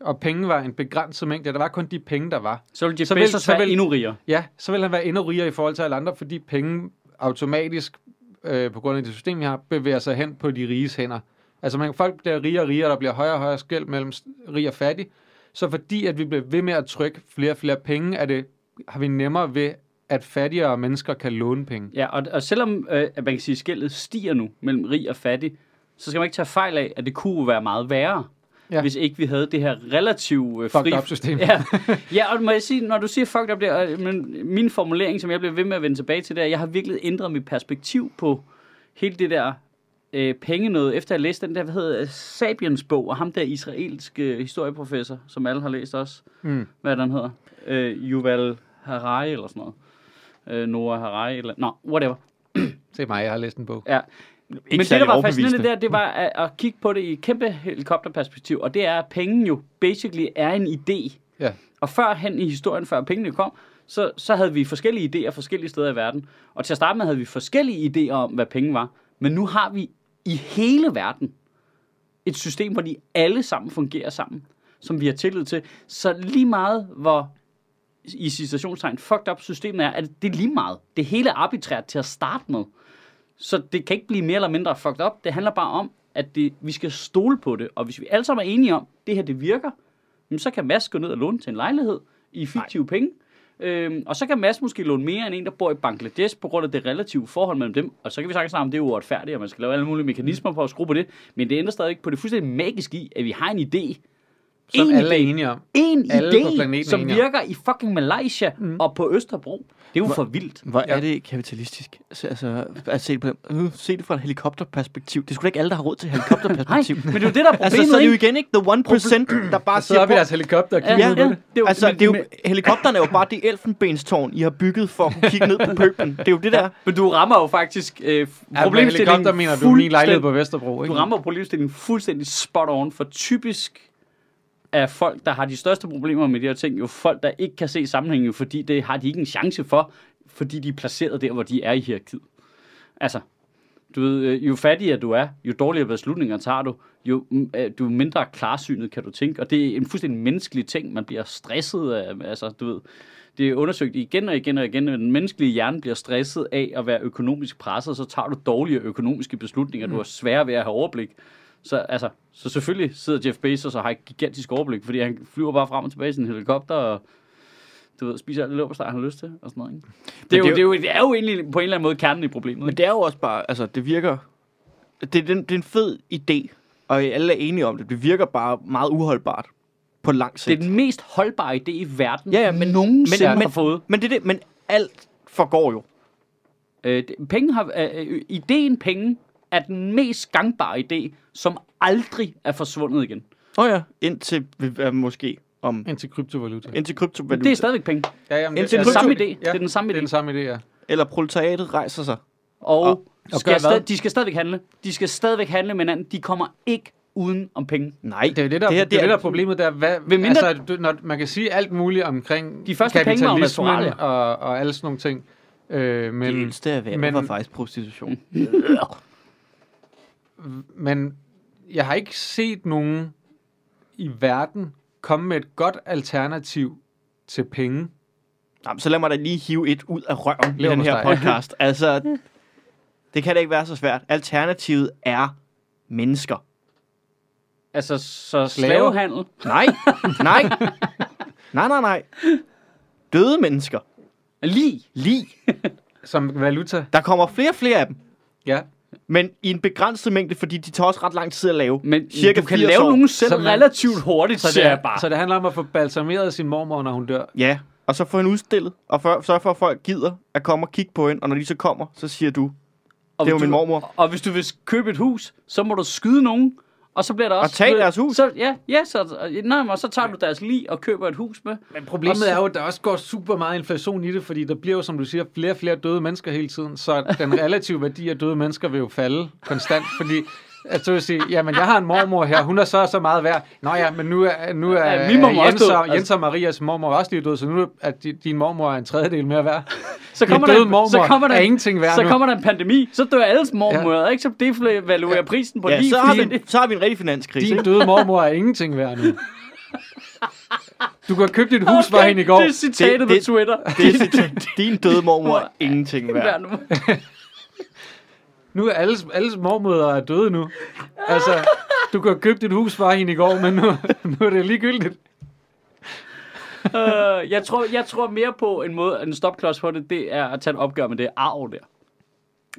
og penge var en begrænset mængde, der var kun de penge, der var.
Så vil Jeff
Så
så
vil-
vil, Bezos
så
være
vil-
endnu rigere.
Ja, så ville han være endnu rigere i forhold til alle andre, fordi penge automatisk, øh, på grund af det system, vi har, bevæger sig hen på de riges hænder. Altså man, folk bliver rigere og rigere, der bliver højere og højere skæld mellem s- rig og fattig. Så fordi at vi bliver ved med at trykke flere og flere penge, er det, har vi nemmere ved, at fattigere mennesker kan låne penge.
Ja, og, og selvom øh, at man kan sige, at skældet stiger nu mellem rig og fattig, så skal man ikke tage fejl af, at det kunne være meget værre,
Ja.
ja. hvis ikke vi havde det her relativt øh,
Fucked
fri...
up
*laughs*
system.
Ja. ja, og må jeg sige, når du siger fucked up der, øh, men min formulering, som jeg bliver ved med at vende tilbage til, det er, at jeg har virkelig ændret mit perspektiv på hele det der øh, penge noget, efter jeg læste den der, hvad hedder øh, Sabiens bog, og ham der israelske øh, historieprofessor, som alle har læst også.
Mm.
Hvad er det, han hedder? Øh, Yuval Harari eller sådan noget. Øh, Noah Harari eller... Nå, whatever.
Se mig, jeg har læst en bog.
Ja. Men det,
særlig
der var
overbevisende.
fascinerende der, det var at, at kigge på det i et kæmpe helikopterperspektiv, og det er, at penge jo basically er en idé.
Ja.
Og førhen i historien, før pengene kom, så, så havde vi forskellige idéer forskellige steder i verden. Og til at starte med havde vi forskellige idéer om, hvad penge var. Men nu har vi i hele verden et system, hvor de alle sammen fungerer sammen, som vi har tillid til. Så lige meget, hvor i citationstegn fucked up systemet er, at det er lige meget. Det hele er arbitrært til at starte med. Så det kan ikke blive mere eller mindre fucked up. Det handler bare om, at det, vi skal stole på det. Og hvis vi alle sammen er enige om, at det her det virker, jamen, så kan Mads gå ned og låne til en lejlighed, i fiktive Nej. penge. Øhm, og så kan Mads måske låne mere end en, der bor i Bangladesh, på grund af det relative forhold mellem dem. Og så kan vi sagtens snakke om, det er uretfærdigt, og man skal lave alle mulige
Mm.
mekanismer for at skrue på det. Men det ændrer stadig ikke på det fuldstændig magiske i, at vi har en idé.
Som
en
alle er
idé,
enige om.
en
Alle på
idé,
planeten er
som
enige om.
virker i fucking Malaysia mm. og på Østerbro. Det er jo for vildt.
Hvor
Ja.
er det kapitalistisk? Altså, altså at se det, på den, øh, se det fra et helikopterperspektiv. Det skulle da ikke alle, der har råd til et *laughs* helikopterperspektiv.
Men det er jo det,
*laughs*
der er problemet,
altså, så er det jo
ikke?
igen ikke the *clears throat* 1%, der bare
Og så
siger
er vi
på.
deres helikopter og kigger
Ja,
ud på
ja.
det.
Det er jo-
Altså,
men-
det er jo,
men-
helikopterne er jo bare det elfenbenstårn, I har bygget for at kunne kigge ned på pøblen. Det er jo det der.
Men du rammer jo faktisk øh,
Ja,
problemstillingen
helikopter mener du min
fuldstændig-
lejlighed på Vesterbro, ikke?
Du rammer problemstillingen fuldstændig spot on, for typisk er folk, der har de største problemer med de her ting, jo folk, der ikke kan se sammenhængen, fordi det har de ikke en chance for, fordi de er placeret der, hvor de er i hierarkiet. Altså, du ved, øh, jo fattigere du er, jo dårligere beslutninger tager du, jo mm, øh, du er mindre klarsynet kan du tænke, og det er en fuldstændig menneskelig ting, man bliver stresset af, altså du ved, det er undersøgt igen og igen og igen, at den menneskelige hjerne bliver stresset af at være økonomisk presset, så tager du dårligere økonomiske beslutninger,
Mm.
du har svært ved at have overblik. Så, altså, så selvfølgelig sidder Jeff Bezos og har et gigantisk overblik, fordi han flyver bare frem og tilbage i sin helikopter og du ved, spiser alt det løbesteg, han har lyst til og sådan noget. Ikke? Det, er jo, det, er jo, det er jo egentlig på en eller anden måde kernen i problemet.
Men
Ikke?
det er jo også bare, altså det virker, det, er den, det er en fed idé, og alle er enige om det. Det virker bare meget uholdbart på lang
Det
sigt.
er den mest holdbare idé i verden,
Ja, ja, men-
nogensinde
men-
har fået.
Men, det, er det, men alt forgår jo.
Øh, det- penge har, øh, øh, ideen penge er den mest gangbare idé, som aldrig er forsvundet igen.
Åh oh ja. Indtil, øh, måske, om,
Ind til kryptovaluta.
indtil kryptovaluta.
Det er stadigvæk penge.
Ja, jamen,
Indtil
Det er
krypto-
den samme
ja,
idé. Det er den samme
Det er den
idé.
samme idé, ja.
Eller proletariatet rejser sig.
Og,
Og-
og skal
gør hvad?
stad, de skal stadigvæk handle. De skal stadigvæk handle med hinanden. De kommer ikke uden om penge.
Nej,
Det er jo det, der, det
her,
det er, det, der er problemet. Der, hvad,
mindre-
altså, du, når, man kan sige alt muligt omkring
De første penge var jo naturalier.
og, og alle sådan nogle ting. Øh, men,
Det ældste af verden
men-
var faktisk prostitution.
men jeg har ikke set nogen i verden komme med et godt alternativ til penge.
Jamen, så lad mig da lige hive et ud af røven i den her
Leverpostej.
podcast. *laughs* Altså, det kan da ikke være så svært. Alternativet er mennesker.
Altså, så
Slaver?
slavehandel.
Nej, nej, nej, nej, nej. Døde mennesker.
Lige.
Lige.
Som valuta,
Der kommer flere og flere af dem.
ja.
Men i en begrænset mængde, fordi de tager også ret lang tid at lave.
Men
Cirka
Cirka du kan
80
lave
år.
nogen selv
Så man-
relativt hurtigt, så det er, bare.
så det handler om at få balsameret sin mormor, når hun dør.
Ja, og så få hende udstillet, og for, sørge for, at folk gider at komme og kigge på hende. Og når de så kommer, så siger du,
og
det er jo
hvis
min
du-
mormor.
Og hvis du vil købe et hus, så må du skyde nogen. Og så bliver der også...
tage deres hus.
Så, ja, ja så, nej, men så tager du deres lig og køber et hus med.
Men problemet er jo, at der også går super meget inflation i det, fordi der bliver jo, som du siger, flere og flere døde mennesker hele
*laughs*
tiden, så den relative værdi af døde mennesker vil jo falde konstant, fordi at så vil jeg sige, jamen jeg har en mormor her, hun er så og så meget værd. Nå ja, men nu er, nu er øh,
Ja, min mormor er
Jens,
også død.
og, Jens
Altså-
og Marias mormor også lige død, så nu er at di- din mormor er en tredjedel mere værd.
Så
Min
kommer, der
døde
en,
mormor
så kommer der
er
en,
ingenting værd
Så
nu.
kommer der en pandemi, så dør alles mormøder, ikke? Så devaluerer ja. prisen på
Ja,
lige.
så har, vi,
fordi-
så har vi en rigtig finanskrise.
Din
ikke?
døde mormor er ingenting værd nu. Du kan købe dit hus for
Okay,
hende i går.
Det er citatet
Det-
på
det-
Twitter.
Det er citat. Din døde mormor er ingenting
*laughs* Hver
værd.
nu.
Nu er alles, alles mormødre er døde nu. Altså, du kunne have købt et hus for hende i går, men nu, nu er det ligegyldigt.
Øh, jeg, tror, jeg tror mere på en måde, en stopklods på det, det er at tage et opgør med det arv der.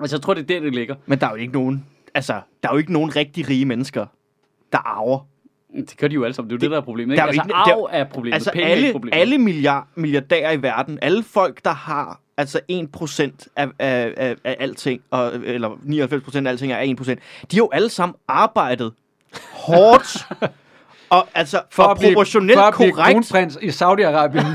Altså, jeg tror, det er der, det ligger.
Men der er jo ikke nogen, altså, der er jo ikke nogen rigtig rige mennesker, der arver.
Det gør de jo alle sammen. Det er jo det, der er problemet.
der
Ikke?
er jo
Altså,
ikke- der-
arv er problemet.
Altså,
Penge er ikke
alle,
problemet.
alle milliard, milliardærer i verden, alle folk, der har altså 1% af, af, af, af alting, og, eller 99% af alting er 1%, de har jo alle sammen arbejdet hårdt, og altså for og proportionelt
for at blive
korrekt.
kronprins i Saudi-Arabien.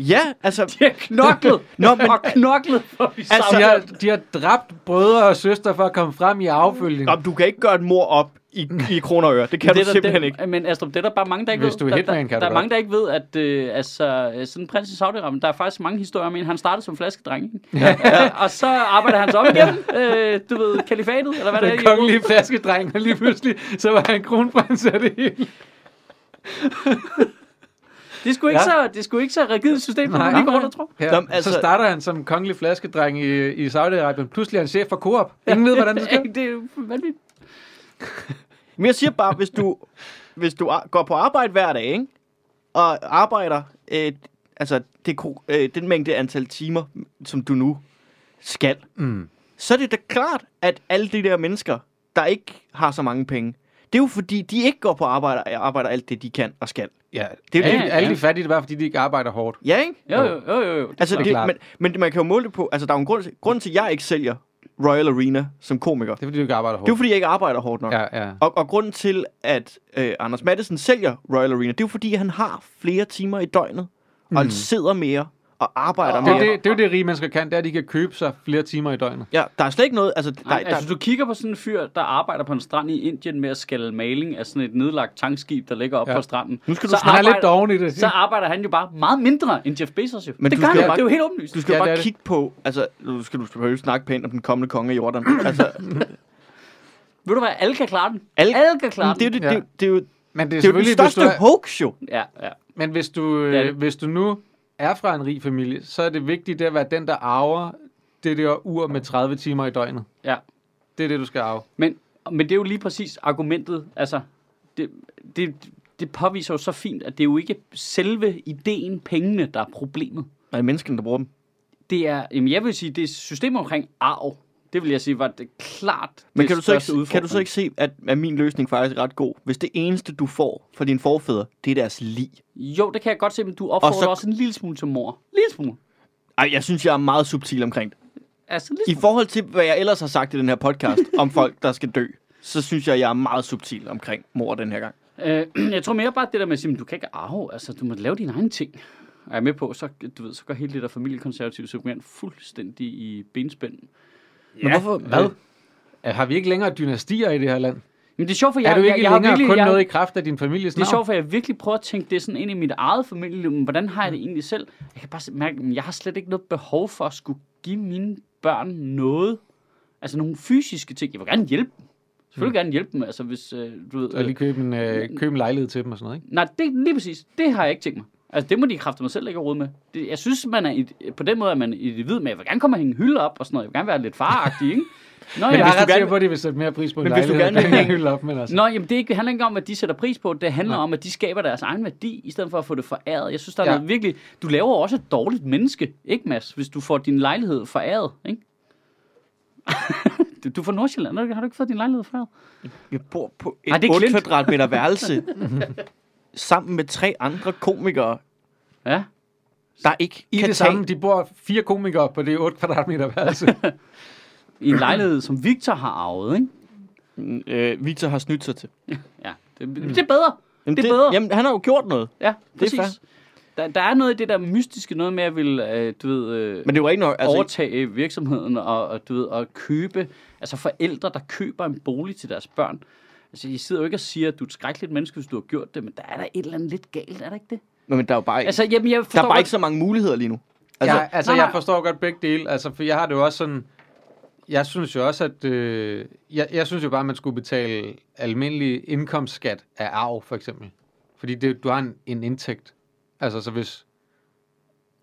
Ja, altså,
De har *laughs*
*laughs*
knoklet
Nå, men-
og knoklet for vi
Altså,
altså,
De har, de har dræbt brødre og søstre for at komme frem i affølgning.
om du kan ikke gøre et mor op i, i kroner og øre. Det kan
det
du
er
simpelthen
der,
ikke.
ikke. Men Astrup, det er der bare mange, der ikke
Hvis
ved.
du er
Der-
hitman,
der,
kan du
der er
godt.
mange, der ikke ved, at øh, altså, øh, sådan en prins i saudi der er faktisk mange historier om en. Han startede som flaskedreng, ikke? Øh, og så arbejder han så op igen. Øh, du ved, kalifatet, eller hvad det er.
Den
i-
kongelige flaskedreng, og lige pludselig, så var han kronprins af det hele.
Det er sgu ikke,
Ja.
så, det er sgu ikke så rigidt et system, som
Nej.
man lige går rundt og tror.
Ja,
Nå, altså-
så starter han som kongelig flaskedreng i, i Saudi-Arabien. Pludselig er han chef for Coop. Ingen ved, hvordan
*laughs*
det sker.
det er jo vanvittigt.
Men jeg siger bare, hvis du, hvis du ar- går på arbejde hver dag, ikke? og arbejder øh, altså, det, ko- øh, den mængde antal timer, som du nu skal,
Mm.
så er det da klart, at alle de der mennesker, der ikke har så mange penge, det er jo fordi, de ikke går på arbejde og arbejder alt det, de kan og skal.
Ja,
Det
det
er
er
jo
alle,
det-
alle
ja.
de fattige, det er bare fordi, de ikke arbejder hårdt.
Ja, ikke?
Jo, jo, jo, jo. jo.
Altså,
Det er
det,
klart.
men, men man kan jo måle det på, altså der er jo en grund til, grund til, at jeg ikke sælger Royal Arena som komiker.
Det er fordi, de ikke arbejder
Det er jo
hårdt.
fordi, jeg ikke arbejder hårdt nok.
Ja, ja.
Og, og grunden til, at øh, Anders Madsen sælger Royal Arena, det er jo fordi, han har flere timer i døgnet, mm. og han sidder mere og arbejder
Det,
mere.
er det, det er jo det, rige mennesker kan, det er, at de kan købe sig flere timer i døgnet.
Ja, der er slet ikke noget, altså, der,
Nej,
der,
altså, du kigger på sådan en fyr, der arbejder på en strand i Indien med at skælde maling af sådan et nedlagt tankskib, der ligger op ja.
Ja.
på stranden.
Nu skal du
så
Han er
arbejder,
lidt doven i det.
Så arbejder han jo bare meget mindre end Jeff Bezos, jo.
Men
Men det
du
gør
skal
han jo.
bare-
Det er jo helt åbenlyst.
du skal
Ja,
ja,
det
bare
er det.
kigge på, altså, nu skal du selvfølgelig snakke pænt om den kommende konge i
*clears throat*
Jordan. altså,
Ved du hvad? Alle kan klare den.
Alle-
Alle, Alle kan klare
det, er jo
den.
det,
Ja.
det, er jo- det, er jo, det
Men det
er
er
jo den
selvfølgelig, hvis du
største
er,
hoax, jo.
Ja, ja.
men hvis du,
Det er
øh,
det.
hvis du nu er fra en rig familie, så er det vigtigt at være den, der arver det der ur med 30 timer i døgnet.
ja.
Det er det, du skal arve.
Men, men det er jo lige præcis argumentet. Altså, det, det, det påviser jo så fint, at det er jo ikke selve ideen, pengene, der er problemet.
Nej, menneskene, der bruger dem.
Det er, jamen jeg vil sige, det er systemet omkring arv. Det vil jeg sige, var det klart det
Men kan du, så
største
ikke, kan du
udfordring.
så ikke se, at, at min løsning faktisk er ret god? Hvis det eneste, du får fra dine forfædre, det er deres lig.
Jo, det kan jeg godt se, men du opfordrer
Og så-
og så... også en lille smule til mor. Lille smule.
Ej, jeg synes, jeg er meget subtil omkring det.
Altså, en
I
lille smule.
forhold til, hvad jeg ellers har sagt i den her podcast om folk, der skal dø, så synes jeg, jeg er meget subtil omkring mor den her gang.
Øh, *clears throat* jeg tror mere bare det der med at sige, men du kan ikke arve, altså du må lave dine egne ting. Og jeg er med på, så, du ved, så går hele det der familiekonservative segment fuldstændig i benspænd.
Men hvorfor?
Hvad? Øh, Har vi ikke længere dynastier i det her land?
Men det er sjovt, for jeg,
Jeg, er du
jeg,
ikke
jeg, har
længere
virkelig,
kun
jeg,
noget i kraft af din families
Det er
navn?
sjovt, for jeg virkelig prøver at tænke det sådan ind i mit eget familieliv. Men hvordan har jeg det egentlig selv? Jeg kan bare se- mærke, at jeg har slet ikke noget behov for at skulle give mine børn noget. Altså nogle fysiske ting. Jeg vil gerne hjælpe dem. Selvfølgelig gerne hjælpe dem, altså hvis øh, du ved...
Og Mm. lige
Øh,
købe en, øh, købe en lejlighed til dem og sådan noget, ikke?
nej, det, lige præcis. Det har jeg ikke tænkt mig. Altså det må de kræfte mig selv ikke råd med. Det, jeg synes, man er et, på den måde er man et vid med, jeg vil gerne komme og hænge hylde op og sådan noget. Jeg vil gerne være lidt faragtig, ikke? Nå,
*laughs* Men
ja.
jeg
hvis
er
du
ret sikker
gerne-
på, at de vil sætte mere pris på en
Men hvis du
lejlighed.
gerne vil
end at
hænge-
hylde op, men altså.
Nå, jamen det er ikke, det handler ikke om, at de sætter pris på det. Det handler
Nej.
om, at de skaber deres egen værdi, i stedet for at få det foræret. Jeg synes, der er
Ja.
ja. noget virkelig... Du laver også et dårligt menneske, ikke Mads? Hvis du får din lejlighed foræret, ikke? *laughs* Du- du får Nordsjælland, har du- har du ikke fået din lejlighed foræret?
Jeg bor på et
Ej, det er
8
Klint.
kvadratmeter
*laughs*
værelse sammen med tre andre komikere,
Ja.
der ikke
I
kan
det
tage...
samme, de bor fire komikere på det 8 kvadratmeter værelse.
I en lejlighed, som Victor har arvet, ikke?
Øh, Victor har snydt sig til.
Ja, det,
Mm.
det er bedre.
Jamen,
det er bedre.
Jamen, han har jo gjort noget.
Ja,
er
præcis. der, der er noget i det der mystiske, noget med at vil, øh, du ved... Øh,
Men det var ikke noget... Altså,
altså, overtage virksomheden og, og, du ved, og købe, altså forældre, der køber en bolig til deres børn. Altså, I sidder jo ikke og siger, at du er et skrækkeligt menneske, hvis du har gjort det, men der er der et eller andet lidt galt, er der ikke det?
Nå, men der er jo bare ikke, altså,
Altså, jamen, jeg
der
forstår
er bare
godt-
ikke så mange muligheder lige nu. Altså,
Altså,
ja.
jeg, altså
nej,
jeg
nej.
forstår godt begge dele, altså, for jeg har det jo også sådan, jeg synes jo også, at, øh, jeg, jeg synes jo bare, at man skulle betale almindelig indkomstskat af arv, for eksempel. Fordi det, du har en, en indtægt. Altså, så hvis,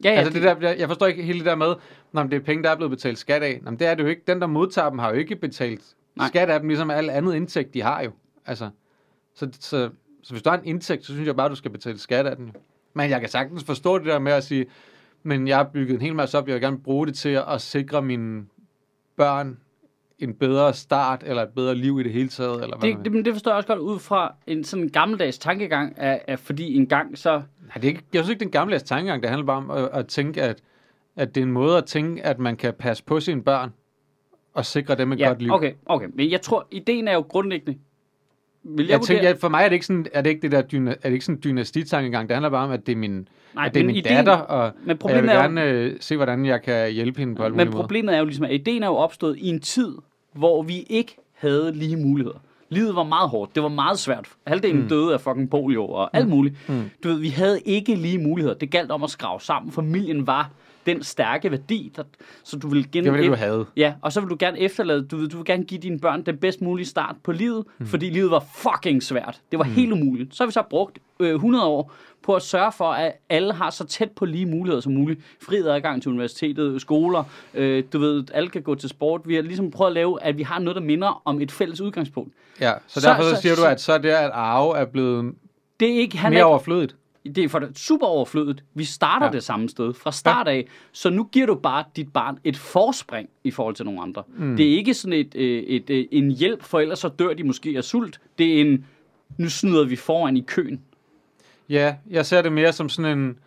Ja, ja,
altså det der, jeg, jeg forstår ikke hele det der med, når det er penge, der er blevet betalt skat af. Nå, men det er det jo ikke. Den, der modtager dem, har jo ikke betalt
Nej.
skat af dem, ligesom al andet indtægt, de har jo. Altså, så, så, så hvis du har en indtægt, så synes jeg bare, du skal betale skat af den. jo. Men jeg kan sagtens forstå det der med at sige, men jeg har bygget en hel masse op, jeg vil gerne bruge det til at, at sikre mine børn en bedre start, eller et bedre liv i det hele taget, eller hvad
det, det, men det forstår jeg også godt ud fra en sådan gammeldags tankegang, af, af, fordi en gang så...
Nej, det er ikke, jeg synes ikke, det er en gammeldags tankegang. Det handler bare om at, at tænke, at, at det er en måde at tænke, at man kan passe på sine børn og sikre dem et
Ja,
godt liv.
okay, okay. Men jeg tror, ideen er jo grundlæggende... Vil jeg,
Jeg tænker,
vurdere-
at for mig er det ikke sådan, er det ikke det der dyna, er det ikke sådan en dynastitankegang. Det handler bare om, at det er min,
Nej,
at det er
men
min
ideen-
datter, og,
men
og jeg vil
problemet er jo,
gerne øh, se, hvordan jeg kan hjælpe hende på alle
Men
mulige måder.
problemet er jo ligesom, at ideen er jo opstået i en tid, hvor vi ikke havde lige muligheder. Livet var meget hårdt. Det var meget svært. Halvdelen mm. døde af fucking polio og alt muligt. Mm. Du ved, vi havde ikke lige muligheder. Det galt om at skrave sammen. Familien var den stærke værdi, der, så du ville gen...
Det var det, du havde.
Ja, og så vil du gerne efterlade, du, ved, du vil gerne give dine børn den bedst mulige start på livet, mm. fordi livet var fucking svært. Det var mm. helt umuligt. Så har vi så brugt øh, 100 år på at sørge for, at alle har så tæt på lige muligheder som muligt. Fri adgang til universitetet, skoler, øh, du ved, alle kan gå til sport. Vi har ligesom prøvet at lave, at vi har noget, der minder om et fælles udgangspunkt.
Ja, så,
Så-
derfor så,
så-
siger du,
så-
at så er det at arve er blevet
Det er ikke, han
mere
er ikke,
overflødigt.
Det er for det super overflødigt. Vi starter
Ja.
ja. det samme sted fra start af, så nu giver du bare dit barn et forspring i forhold til nogle andre. Mm. Det er ikke sådan et, øh, et, øh, en hjælp, for ellers så dør de måske af sult. Det er en, nu snyder vi foran i køen.
Ja, jeg ser det mere som sådan en,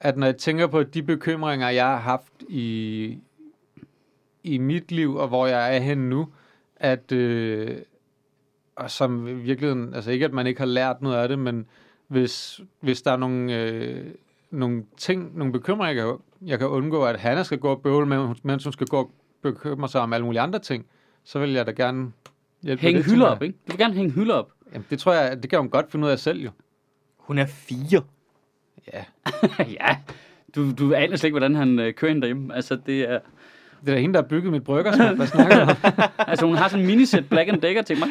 at når jeg tænker på de bekymringer, jeg har haft i, i mit liv, og hvor jeg er henne nu, at, øh, og som i virkeligheden, altså ikke at man ikke har lært noget af det, men hvis, hvis der er nogle, øh, nogle ting, nogle bekymringer, jeg kan, jeg kan undgå, at Hanna skal gå og bøvle med, mens hun skal gå og bekymre sig om alle mulige andre ting, så vil jeg da gerne hjælpe med
Hænge
det, tænker
hylder
jeg.
op, ikke? Du vil gerne hænge hylder op. *laughs*
Jamen, det tror jeg, det kan hun godt finde ud af selv jo.
Hun er fire.
Ja.
ja, du, du aner slet ikke, hvordan han øh, kører hende derhjemme. Altså, det er...
Det er da hende, der har bygget mit bryggerskab. Hvad snakker
*laughs*
du om?
Altså, hun har sådan en minisæt Black and Decker
*laughs*
til mig.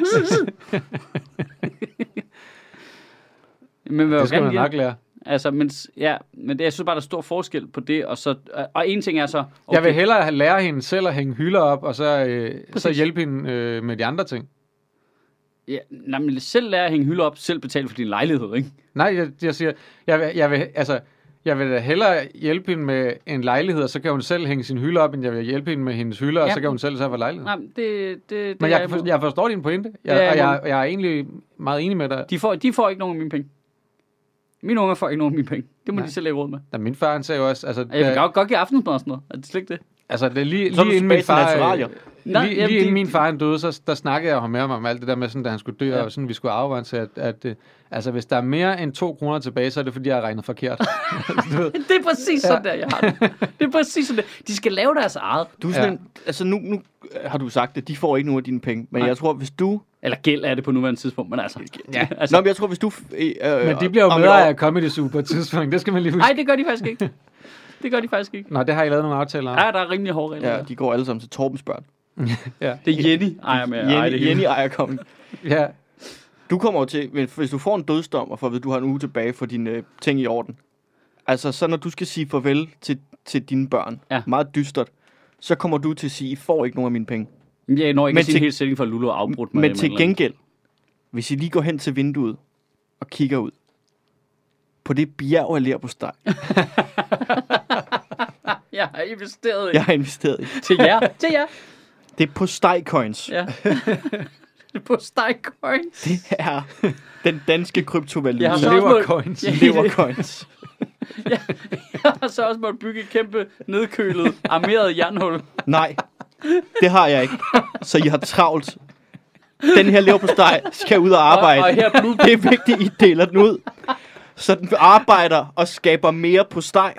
men,
Det skal man nok lære.
Altså, men, s- ja, men det, jeg synes bare, der er stor forskel på det. Og, så, øh, og en ting er så...
Okay. Jeg vil hellere have- lære hende selv at hænge hylder op, og så, øh, så
Præcis.
hjælpe hende øh, med de andre ting.
Ja, nej, men selv lære at hænge hylder op, selv betale for din lejlighed, ikke?
Nej, jeg, jeg siger, jeg vil, jeg vil, altså, jeg vil da hellere hjælpe hende med en lejlighed, og så kan hun selv hænge sin hylde op, end jeg vil hjælpe hende med hendes hylder, ja. og
Ja.
så kan hun selv sørge for lejlighed.
Nej, men det, det, det
Men
er
jeg, kan
imod.
for, jeg forstår din pointe, jeg,
Det er
og
jeg
jeg, jeg er egentlig meget enig med dig.
De, får, de får ikke nogen af mine penge. Mine unger får ikke nogen af mine penge. Det må
Nej.
de selv lægge råd med.
Da min far, han sagde jo også, altså,
Og jeg vil
da,
godt, godt give aftensmad og sådan noget. Er det slet ikke det?
altså det, er lige,
Så er du
lige inden min
tilbage til
far... øh,
naturalier.
Nej,
lige,
jamen,
lige inden
det-
min far han døde, så der snakkede jeg med ham om alt det der med, sådan, da han skulle dø,
Ja.
ja. og sådan, vi skulle afrense, at, at øh, altså, hvis der er mere end to kroner tilbage, så er det, fordi jeg har
*laughs*
regnet forkert.
Det er præcis sådan der, jeg har *laughs* det. Det er præcis sådan der. De skal lave deres eget.
Du er sådan ja.
Ja.
en, altså nu, nu har du sagt det, de får ikke nogen af dine penge. Men
Nej.
Nej. jeg tror, hvis du...
Eller gæld er det på nuværende tidspunkt, men altså.
Ja.
altså
Nå, men jeg tror, hvis du... f- Øh, øh,
Men de bliver jo
om et
bedre
år-
af Comedy Zoo på et tidspunkt, det skal man lige huske.
nej, det gør de faktisk ikke. Det gør de faktisk ikke.
Nå, det har I lavet nogle aftaler om.
Ja, der er rimelig hårde regler.
Ja,
Ja.
de går alle sammen til Torbens børn.
Det er Jenny, ejer med. at eje det
Jenny,
hele.
Jenny ejer kommet.
Ja.
Du kommer jo til, men hvis du får en dødsdom, og får at vide, at du har en uge tilbage for dine øh, ting i orden. Altså, så når du skal sige farvel til, til dine børn,
Ja.
meget dystert, så kommer du til at sige, I får ikke nogen af mine penge.
Men Jeg når ikke
Men
at sige en
til-
hel sætning for at Lulu har afbrudt mig.
Men
eller
til
noget eller andet.
gengæld, hvis I lige går hen til vinduet og kigger ud på det bjerg
*laughs*
af lerpostej,
Jeg har investeret
jeg
ja.
har investeret i.
til
*laughs*
jer. Til jer.
Det er på coins.
Ja. *laughs* på Steg Coins.
Det
*laughs*
er den danske kryptovaluta.
Jeg har så
lever
også måttet-
coins.
Ja,
lever coins.
Jeg har så også måttet bygge et kæmpe nedkølet, armeret jernhul.
Nej, det har jeg ikke. Så I har travlt. Den her leverpostej skal ud og arbejde.
Og, og her
*laughs*
blue,
Det er vigtigt, I deler den ud. Så den arbejder og skaber mere på steg.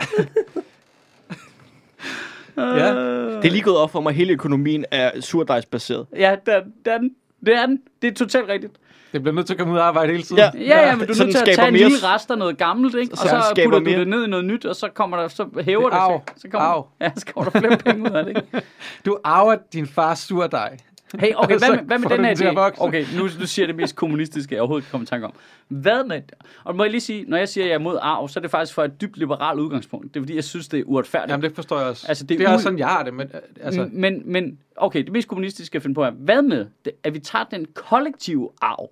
ja.
Det er lige gået op for mig, at hele økonomien er surdejsbaseret.
Ja, den, den, det er den. Det er totalt rigtigt.
Det bliver nødt til at komme ud og arbejde hele tiden.
Ja.
Ja, ja, men du er
Så
nødt
den
til at
skaber
tage en
mere-
lille rest af noget gammelt, ikke? Og
Så den
så
skaber
putter du
mere-
det ned i noget nyt, og så kommer der, så hæver
Det-
det,
Au.
sig. Så kommer,
Au.
Ja, så kommer der flere penge ud af det, ikke?
Du arver din fars surdej.
Hey, okay, hvad
Så
med, hvad med
får
den
du
her
den til at
idé?
vokse.
Okay, nu, nu siger jeg det mest kommunistiske, jeg overhovedet kan komme i tanke om. Hvad med... Og må jeg lige sige, når jeg siger, at jeg er imod arv, så er det faktisk fra et dybt liberalt udgangspunkt. Det er fordi, jeg synes, det er uretfærdigt.
Jamen, det forstår jeg også.
Altså, det
det
er
er, det er
ud-
også sådan, jeg har det. Men, øh, altså,
Altså... Men, men okay, det mest kommunistiske jeg finde på er, hvad med, det- at vi tager den kollektive arv?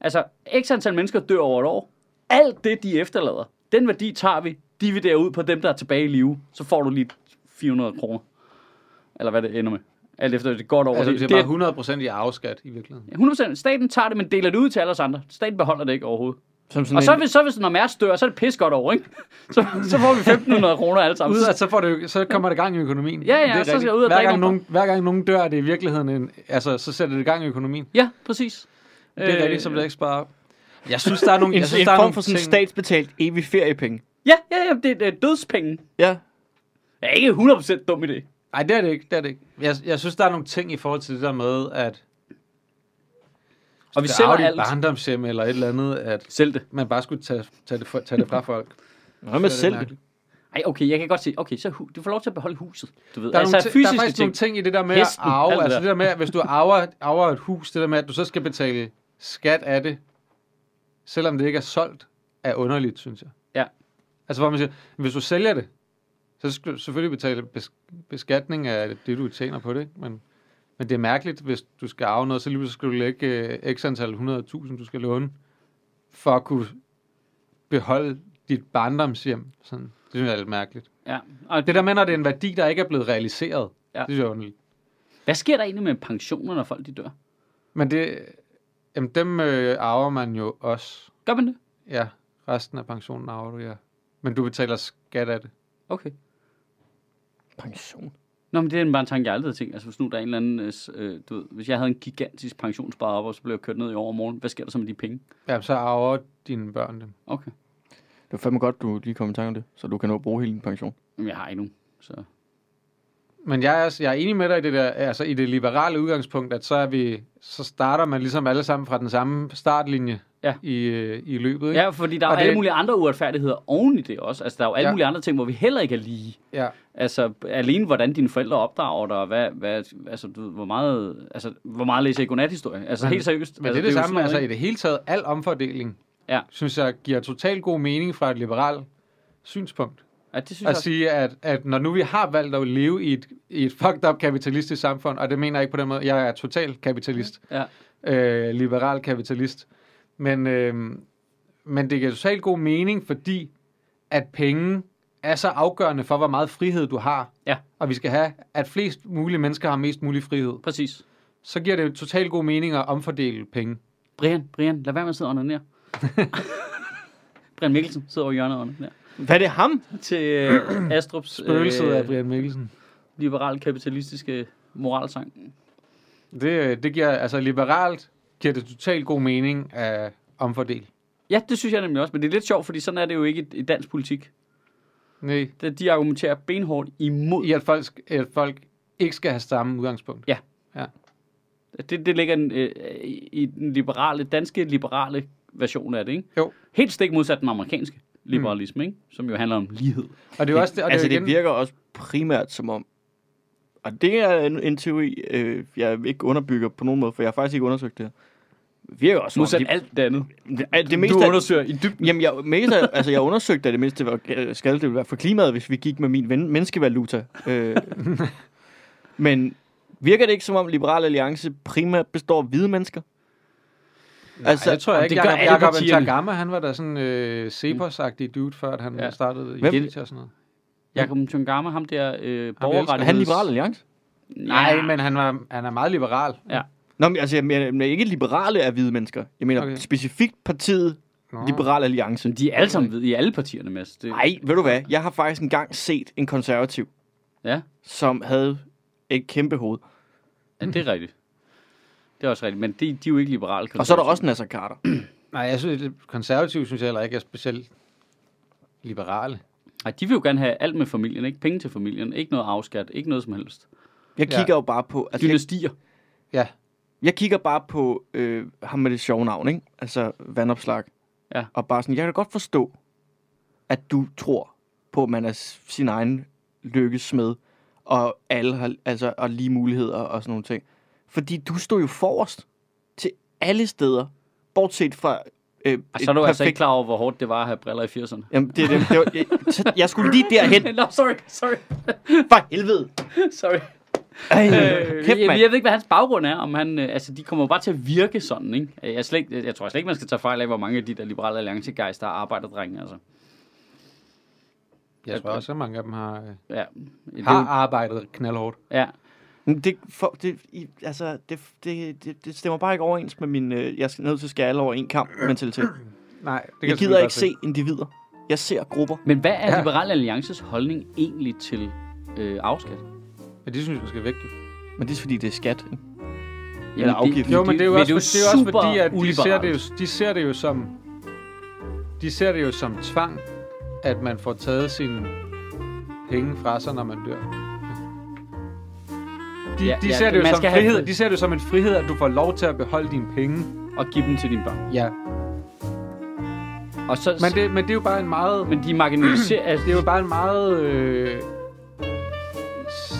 Altså, x antal mennesker dør over et år. Alt det, de efterlader, den værdi tager vi, dividerer ud på dem, der er tilbage i live. Så får du lige 400 kroner. Eller hvad det ender med. Alt efter, det er godt over.
altså,
det,
det
det
er
er
bare 100% i arveskat i virkeligheden.
100%. Staten tager det, men deler det ud til alle os andre. Staten beholder det ikke overhovedet.
Som sådan
Og så
en-
hvis, så hvis når Mærs dør, så er det pis godt over, ikke? *laughs* Så, så får vi 1500 kroner alle sammen.
Ud af, så, får det, så kommer det gang i økonomien.
Ja, ja,
Det er
og så skal
rigtigt.
jeg ud og
hver
drikke
gang,
nogle-
nogen, hver gang nogen dør, er det i virkeligheden en, altså, så sætter det gang i økonomien.
Ja, præcis.
Det er øh, rigtigt, så bliver det ikke sparet op.
*laughs*
Jeg synes, der er nogle,
en,
jeg synes,
en
der er
form
nogle
for sådan
ting...
statsbetalt evig feriepenge.
Ja, ja, ja, det er øh, dødspenge.
Ja.
Det er ikke 100% dum idé.
Nej, det er det ikke. Det er det ikke. Jeg, jeg synes, der er nogle ting i forhold til det der med, at
Og vi
der
sælger
er jo dit
alt.
barndomshjem eller et eller andet, at
Sælg det.
man bare skulle tage, tage, det, for, tage det fra folk.
Hvad med
Så er det
selv?
mærkeligt.
Ej, okay, jeg kan godt se. Okay, så hu- du får lov til at beholde huset. Du ved,
Der er,
altså
nogle, ti- der er
fysiske
faktisk ting. nogle
ting.
ting i det der med
Hesten,
at
alt
arve,
det
altså
der.
det der med, at hvis du arver, arver et hus, det der med, at du så skal betale skat af det, selvom det ikke er solgt, er underligt, synes jeg.
Ja.
Altså hvor man siger, hvis du sælger det, så skal du selvfølgelig betale bes- beskatning af det, du tjener på det, ikke? men, men det er mærkeligt, hvis du skal arve noget, så lige pludselig skal du lægge øh, x antal 100.000, du skal låne, for at kunne beholde dit barndomshjem. Sådan. Det synes jeg er lidt mærkeligt.
Ja. Og
Det der med, når det er en værdi, der ikke er blevet realiseret,
Ja.
ja. det synes jeg er underligt.
Hvad sker der egentlig med pensioner, når folk de dør?
Men det, jamen, dem øh, arver man jo også.
Gør man det?
Ja, resten af pensionen arver du, ja. Men du betaler skat af det.
Okay.
Pension.
Nå, men det er bare en tanke, jeg aldrig har tænkt. Altså, hvis nu der er en eller anden... øh, s- Øh, du ved, hvis jeg havde en gigantisk pensionsspar op, og så blev jeg kørt ned i overmorgen, hvad sker der så med de penge?
Ja, så arver dine børn dem.
Okay.
Det var fandme godt, du lige kom i tanke om det, så du kan nå at bruge hele din pension.
Jamen, jeg har ikke nogen. Så.
Men jeg er, jeg er enig med dig i det der, altså i det liberale udgangspunkt, at så, er vi, så starter man ligesom alle sammen fra den samme startlinje
Ja.
i, øh, i løbet. Ikke?
Ja, fordi der er
Og
jo
det-
alle mulige andre uretfærdigheder oven i det også. Altså, der er jo alle
Ja.
mulige andre ting, hvor vi heller ikke er lige.
ja.
Altså, alene hvordan dine forældre opdrager dig, og hvad, hvad, altså, du, ved, hvor, meget, altså, hvor meget læser I godnathistorie? Altså, helt seriøst.
Men
altså,
altså, det er det,
jo
samme,
sådan
altså i
noget,
det hele taget, al omfordeling,
Ja.
synes jeg, giver totalt god mening fra et liberalt synspunkt.
ikke? Ja, det synes jeg.
At
også.
sige, at, at når nu vi har valgt at leve i et, i et fucked up kapitalistisk samfund, og det mener jeg ikke på den måde, jeg er total kapitalist,
Ja.
øh, liberal kapitalist, men, øh, men det giver totalt god mening, fordi at penge er så afgørende for, hvor meget frihed du har.
Ja.
Og vi skal have, at flest mulige mennesker har mest mulig frihed.
Præcis.
Så giver det jo totalt god mening at omfordele penge.
Brian, Brian, lad være med at sidde og
*laughs*
ned. Brian Mikkelsen sidder over i hjørnet og ned.
Hvad er det ham?
Til øh, *coughs* Astrups
Spøgelset
Øh.
af Brian Mikkelsen.
liberal kapitalistiske moralsang.
Det, øh, det giver, altså liberalt giver det totalt god mening at omfordele.
Ja, det synes jeg nemlig også, men det er lidt sjovt, fordi sådan er det jo ikke i- i dansk politik.
Nej,
Det- De argumenterer benhårdt imod.
i at folk, at folk ikke skal have samme udgangspunkt.
Det, det ligger en, øh, i den liberale, danske liberale version af det, ikke?
Jo.
Helt stik modsat den amerikanske liberalisme, ikke? Som jo handler om lighed.
Og det er jo også det, og det,
altså,
er jo
det
igen,
virker også primært som om... Og det er en, en teori, øh, jeg ikke underbygger på nogen måde, for jeg har faktisk ikke undersøgt det her. Det virker også som
Modsat
om...
alt det andet.
De, det, det
du
meste af,
undersøger i dybden.
jamen, jeg, mest af, altså, jeg undersøgte, at det mindste var øh, skadeligt det ville være for klimaet, hvis vi gik med min ven, menneskevaluta. Øh, men virker det ikke som om Liberal Alliance primært består af hvide mennesker?
altså, jeg tror jeg
om
ikke,
det gør
Jacob,
alle
Jacob
partierne.
Ntagama, han var da sådan øh, Cepos-agtig dude, før han
Ja.
ja. startede i
Hvem?
Hvem? og sådan noget.
Jakob Mtungama, ham der øh,
Er
borgerrettigheds...
han Liberal Alliance?
Nej,
Ja.
men han, var, han er meget liberal.
Nå, men altså, jeg mener, jeg mener ikke liberale er hvide mennesker. Jeg mener okay.
Okay.
specifikt partiet
Nå.
Liberal Alliance.
De er alle sammen ved, i alle partierne, Mads. Det,
Nej, ved du hvad? Jeg har faktisk engang set en konservativ,
Ja,
som havde et kæmpe hoved.
ja, det er rigtigt. Det er også rigtigt, men de, de er jo ikke liberale.
Og så er der også Nasser Carter.
Nej, jeg synes, det konservative synes jeg heller ikke er specielt liberale.
Nej, de vil jo gerne have alt med familien, ikke? Penge til familien, ikke noget afskat, ikke noget som helst.
Jeg
Ja.
kigger jo bare på... Altså, jeg,
Dynastier.
Ja,
jeg kigger bare på øh, ham med det sjove navn, ikke? Altså, vandopslag.
Ja.
Og bare sådan, jeg kan godt forstå, at du tror på, at man er s- sin egen lykkesmed, og alle har altså, og lige muligheder og sådan nogle ting. Fordi du stod jo forrest til alle steder, bortset fra øh,
Og
et
så er du altså
perfekt-
ikke klar over, hvor hårdt det var at have briller i 80'erne.
Jamen, det, er det, det var, jeg, så- jeg skulle lige
*laughs*
derhen.
Nå, sorry, sorry,
For helvede.
sorry.
Ej,
Øh,
kæft,
jeg, jeg
mand.
ved ikke, hvad hans baggrund er. Om han, øh, altså, de kommer jo bare til at virke sådan, ikke? Øh, Jeg, er slet, ikke- jeg tror slet ikke, man skal tage fejl af, hvor mange af de der liberale alliance guys, der arbejder drenge, altså.
jeg tror også, at mange af dem har, øh,
Ja, det er
har
jo,
arbejdet knaldhårdt.
ja.
Men Det, for, det, I- altså, det, det, det, det stemmer bare ikke overens med min... Øh, jeg skal nødt til at skære alle over en kamp mentalitet.
Nej, det kan
Jeg gider
selvfølgelig
ikke
godt
se individer. Jeg ser grupper.
Men hvad er ja.
Ja.
Liberal Alliances holdning egentlig til øh, afskat?
Men de synes, man skal væk. jo.
Men det er fordi, det er skat. ikke?
Jamen,
Eller afgift.
Jo, men det er jo
men
også, det er jo også
super
fordi, at de ser,
uliberalt.
det jo, de ser det jo som... De ser det jo som tvang, at man får taget sine penge fra sig, når man dør. De,
Ja,
ja, de,
ja,
ser det jo
man
som
skal have-
frihed, de ser det jo som en frihed, at du får lov til at beholde dine penge.
Og give dem til dine børn.
Ja.
Og så,
Men det, men det er jo bare en meget...
men de marginaliserer... altså,
*clears throat* Det er jo bare en meget... Øh,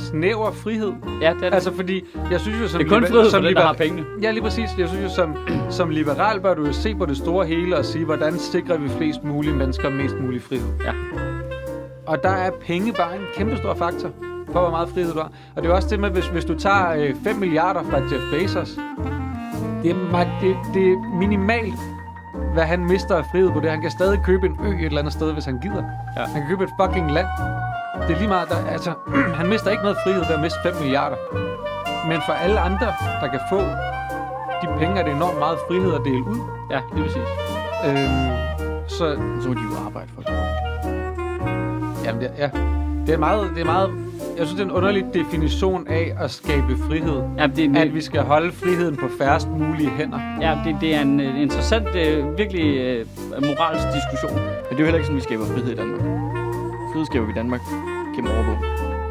snæver frihed.
ja, det er, altså,
Altså, fordi jeg synes jo, som
det er kun
liber-
frihed for
som
den, der
liber-
har pengene.
Ja, lige præcis. Jeg synes jo, som, som liberal bør du jo se på det store hele og sige, hvordan sikrer vi flest mulige mennesker mest mulig frihed.
Ja.
Og der er penge bare en kæmpe stor faktor for, hvor meget frihed du har. Og det er jo også det med, hvis, hvis du tager øh, 5 milliarder fra Jeff Bezos, det er, ma- det, det er minimalt, hvad han mister af frihed på det. Han kan stadig købe en ø et eller andet sted, hvis han gider.
Ja.
Han kan købe et fucking land. Det er lige meget, der, altså, *clears throat* han mister ikke noget frihed ved at miste 5 milliarder. Men for alle andre, der kan få de penge, er det enormt meget frihed at dele ud.
Ja, lige præcis.
Øhm, så,
Så må de jo arbejde for det.
jamen, det, ja. Det er meget, det er meget, jeg synes, det er en underlig definition af at skabe frihed.
Ja, det, er
At
en,
vi skal holde friheden på færrest mulige hænder.
ja, det, det er en øh, interessant, øh, virkelig øh, moralsk diskussion.
Men det er jo heller ikke sådan, vi skaber frihed i Danmark. Frihed skaber vi i Danmark gennem overvågning.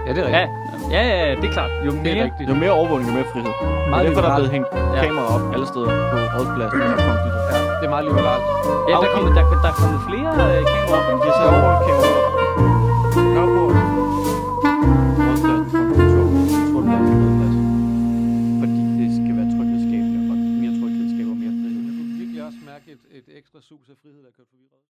Ja, det er rigtigt.
Ja, ja, ja, ja det er klart. Jo
det er
mere...
rigtigt.
Jo mere overvågning, jo mere frihed. Det er
Meget
derfor, der er
liberalt.
blevet hængt
Ja.
kameraer op alle steder på rådspladsen. og kongen.
Ja, det er meget liberalt.
Ja, der kommer, der, der kommer flere øh, kameraer op,
De
ikke?
er så overvågningskameraer op. Nørreport. Rådspladsen, kongen, rådspladsen, rådspladsen. Fordi det skal være tryghedsskabende, og mere tryghed skaber mere frihed.
Jeg kunne virkelig også mærke et, et ekstra sus af frihed, der kørte forbi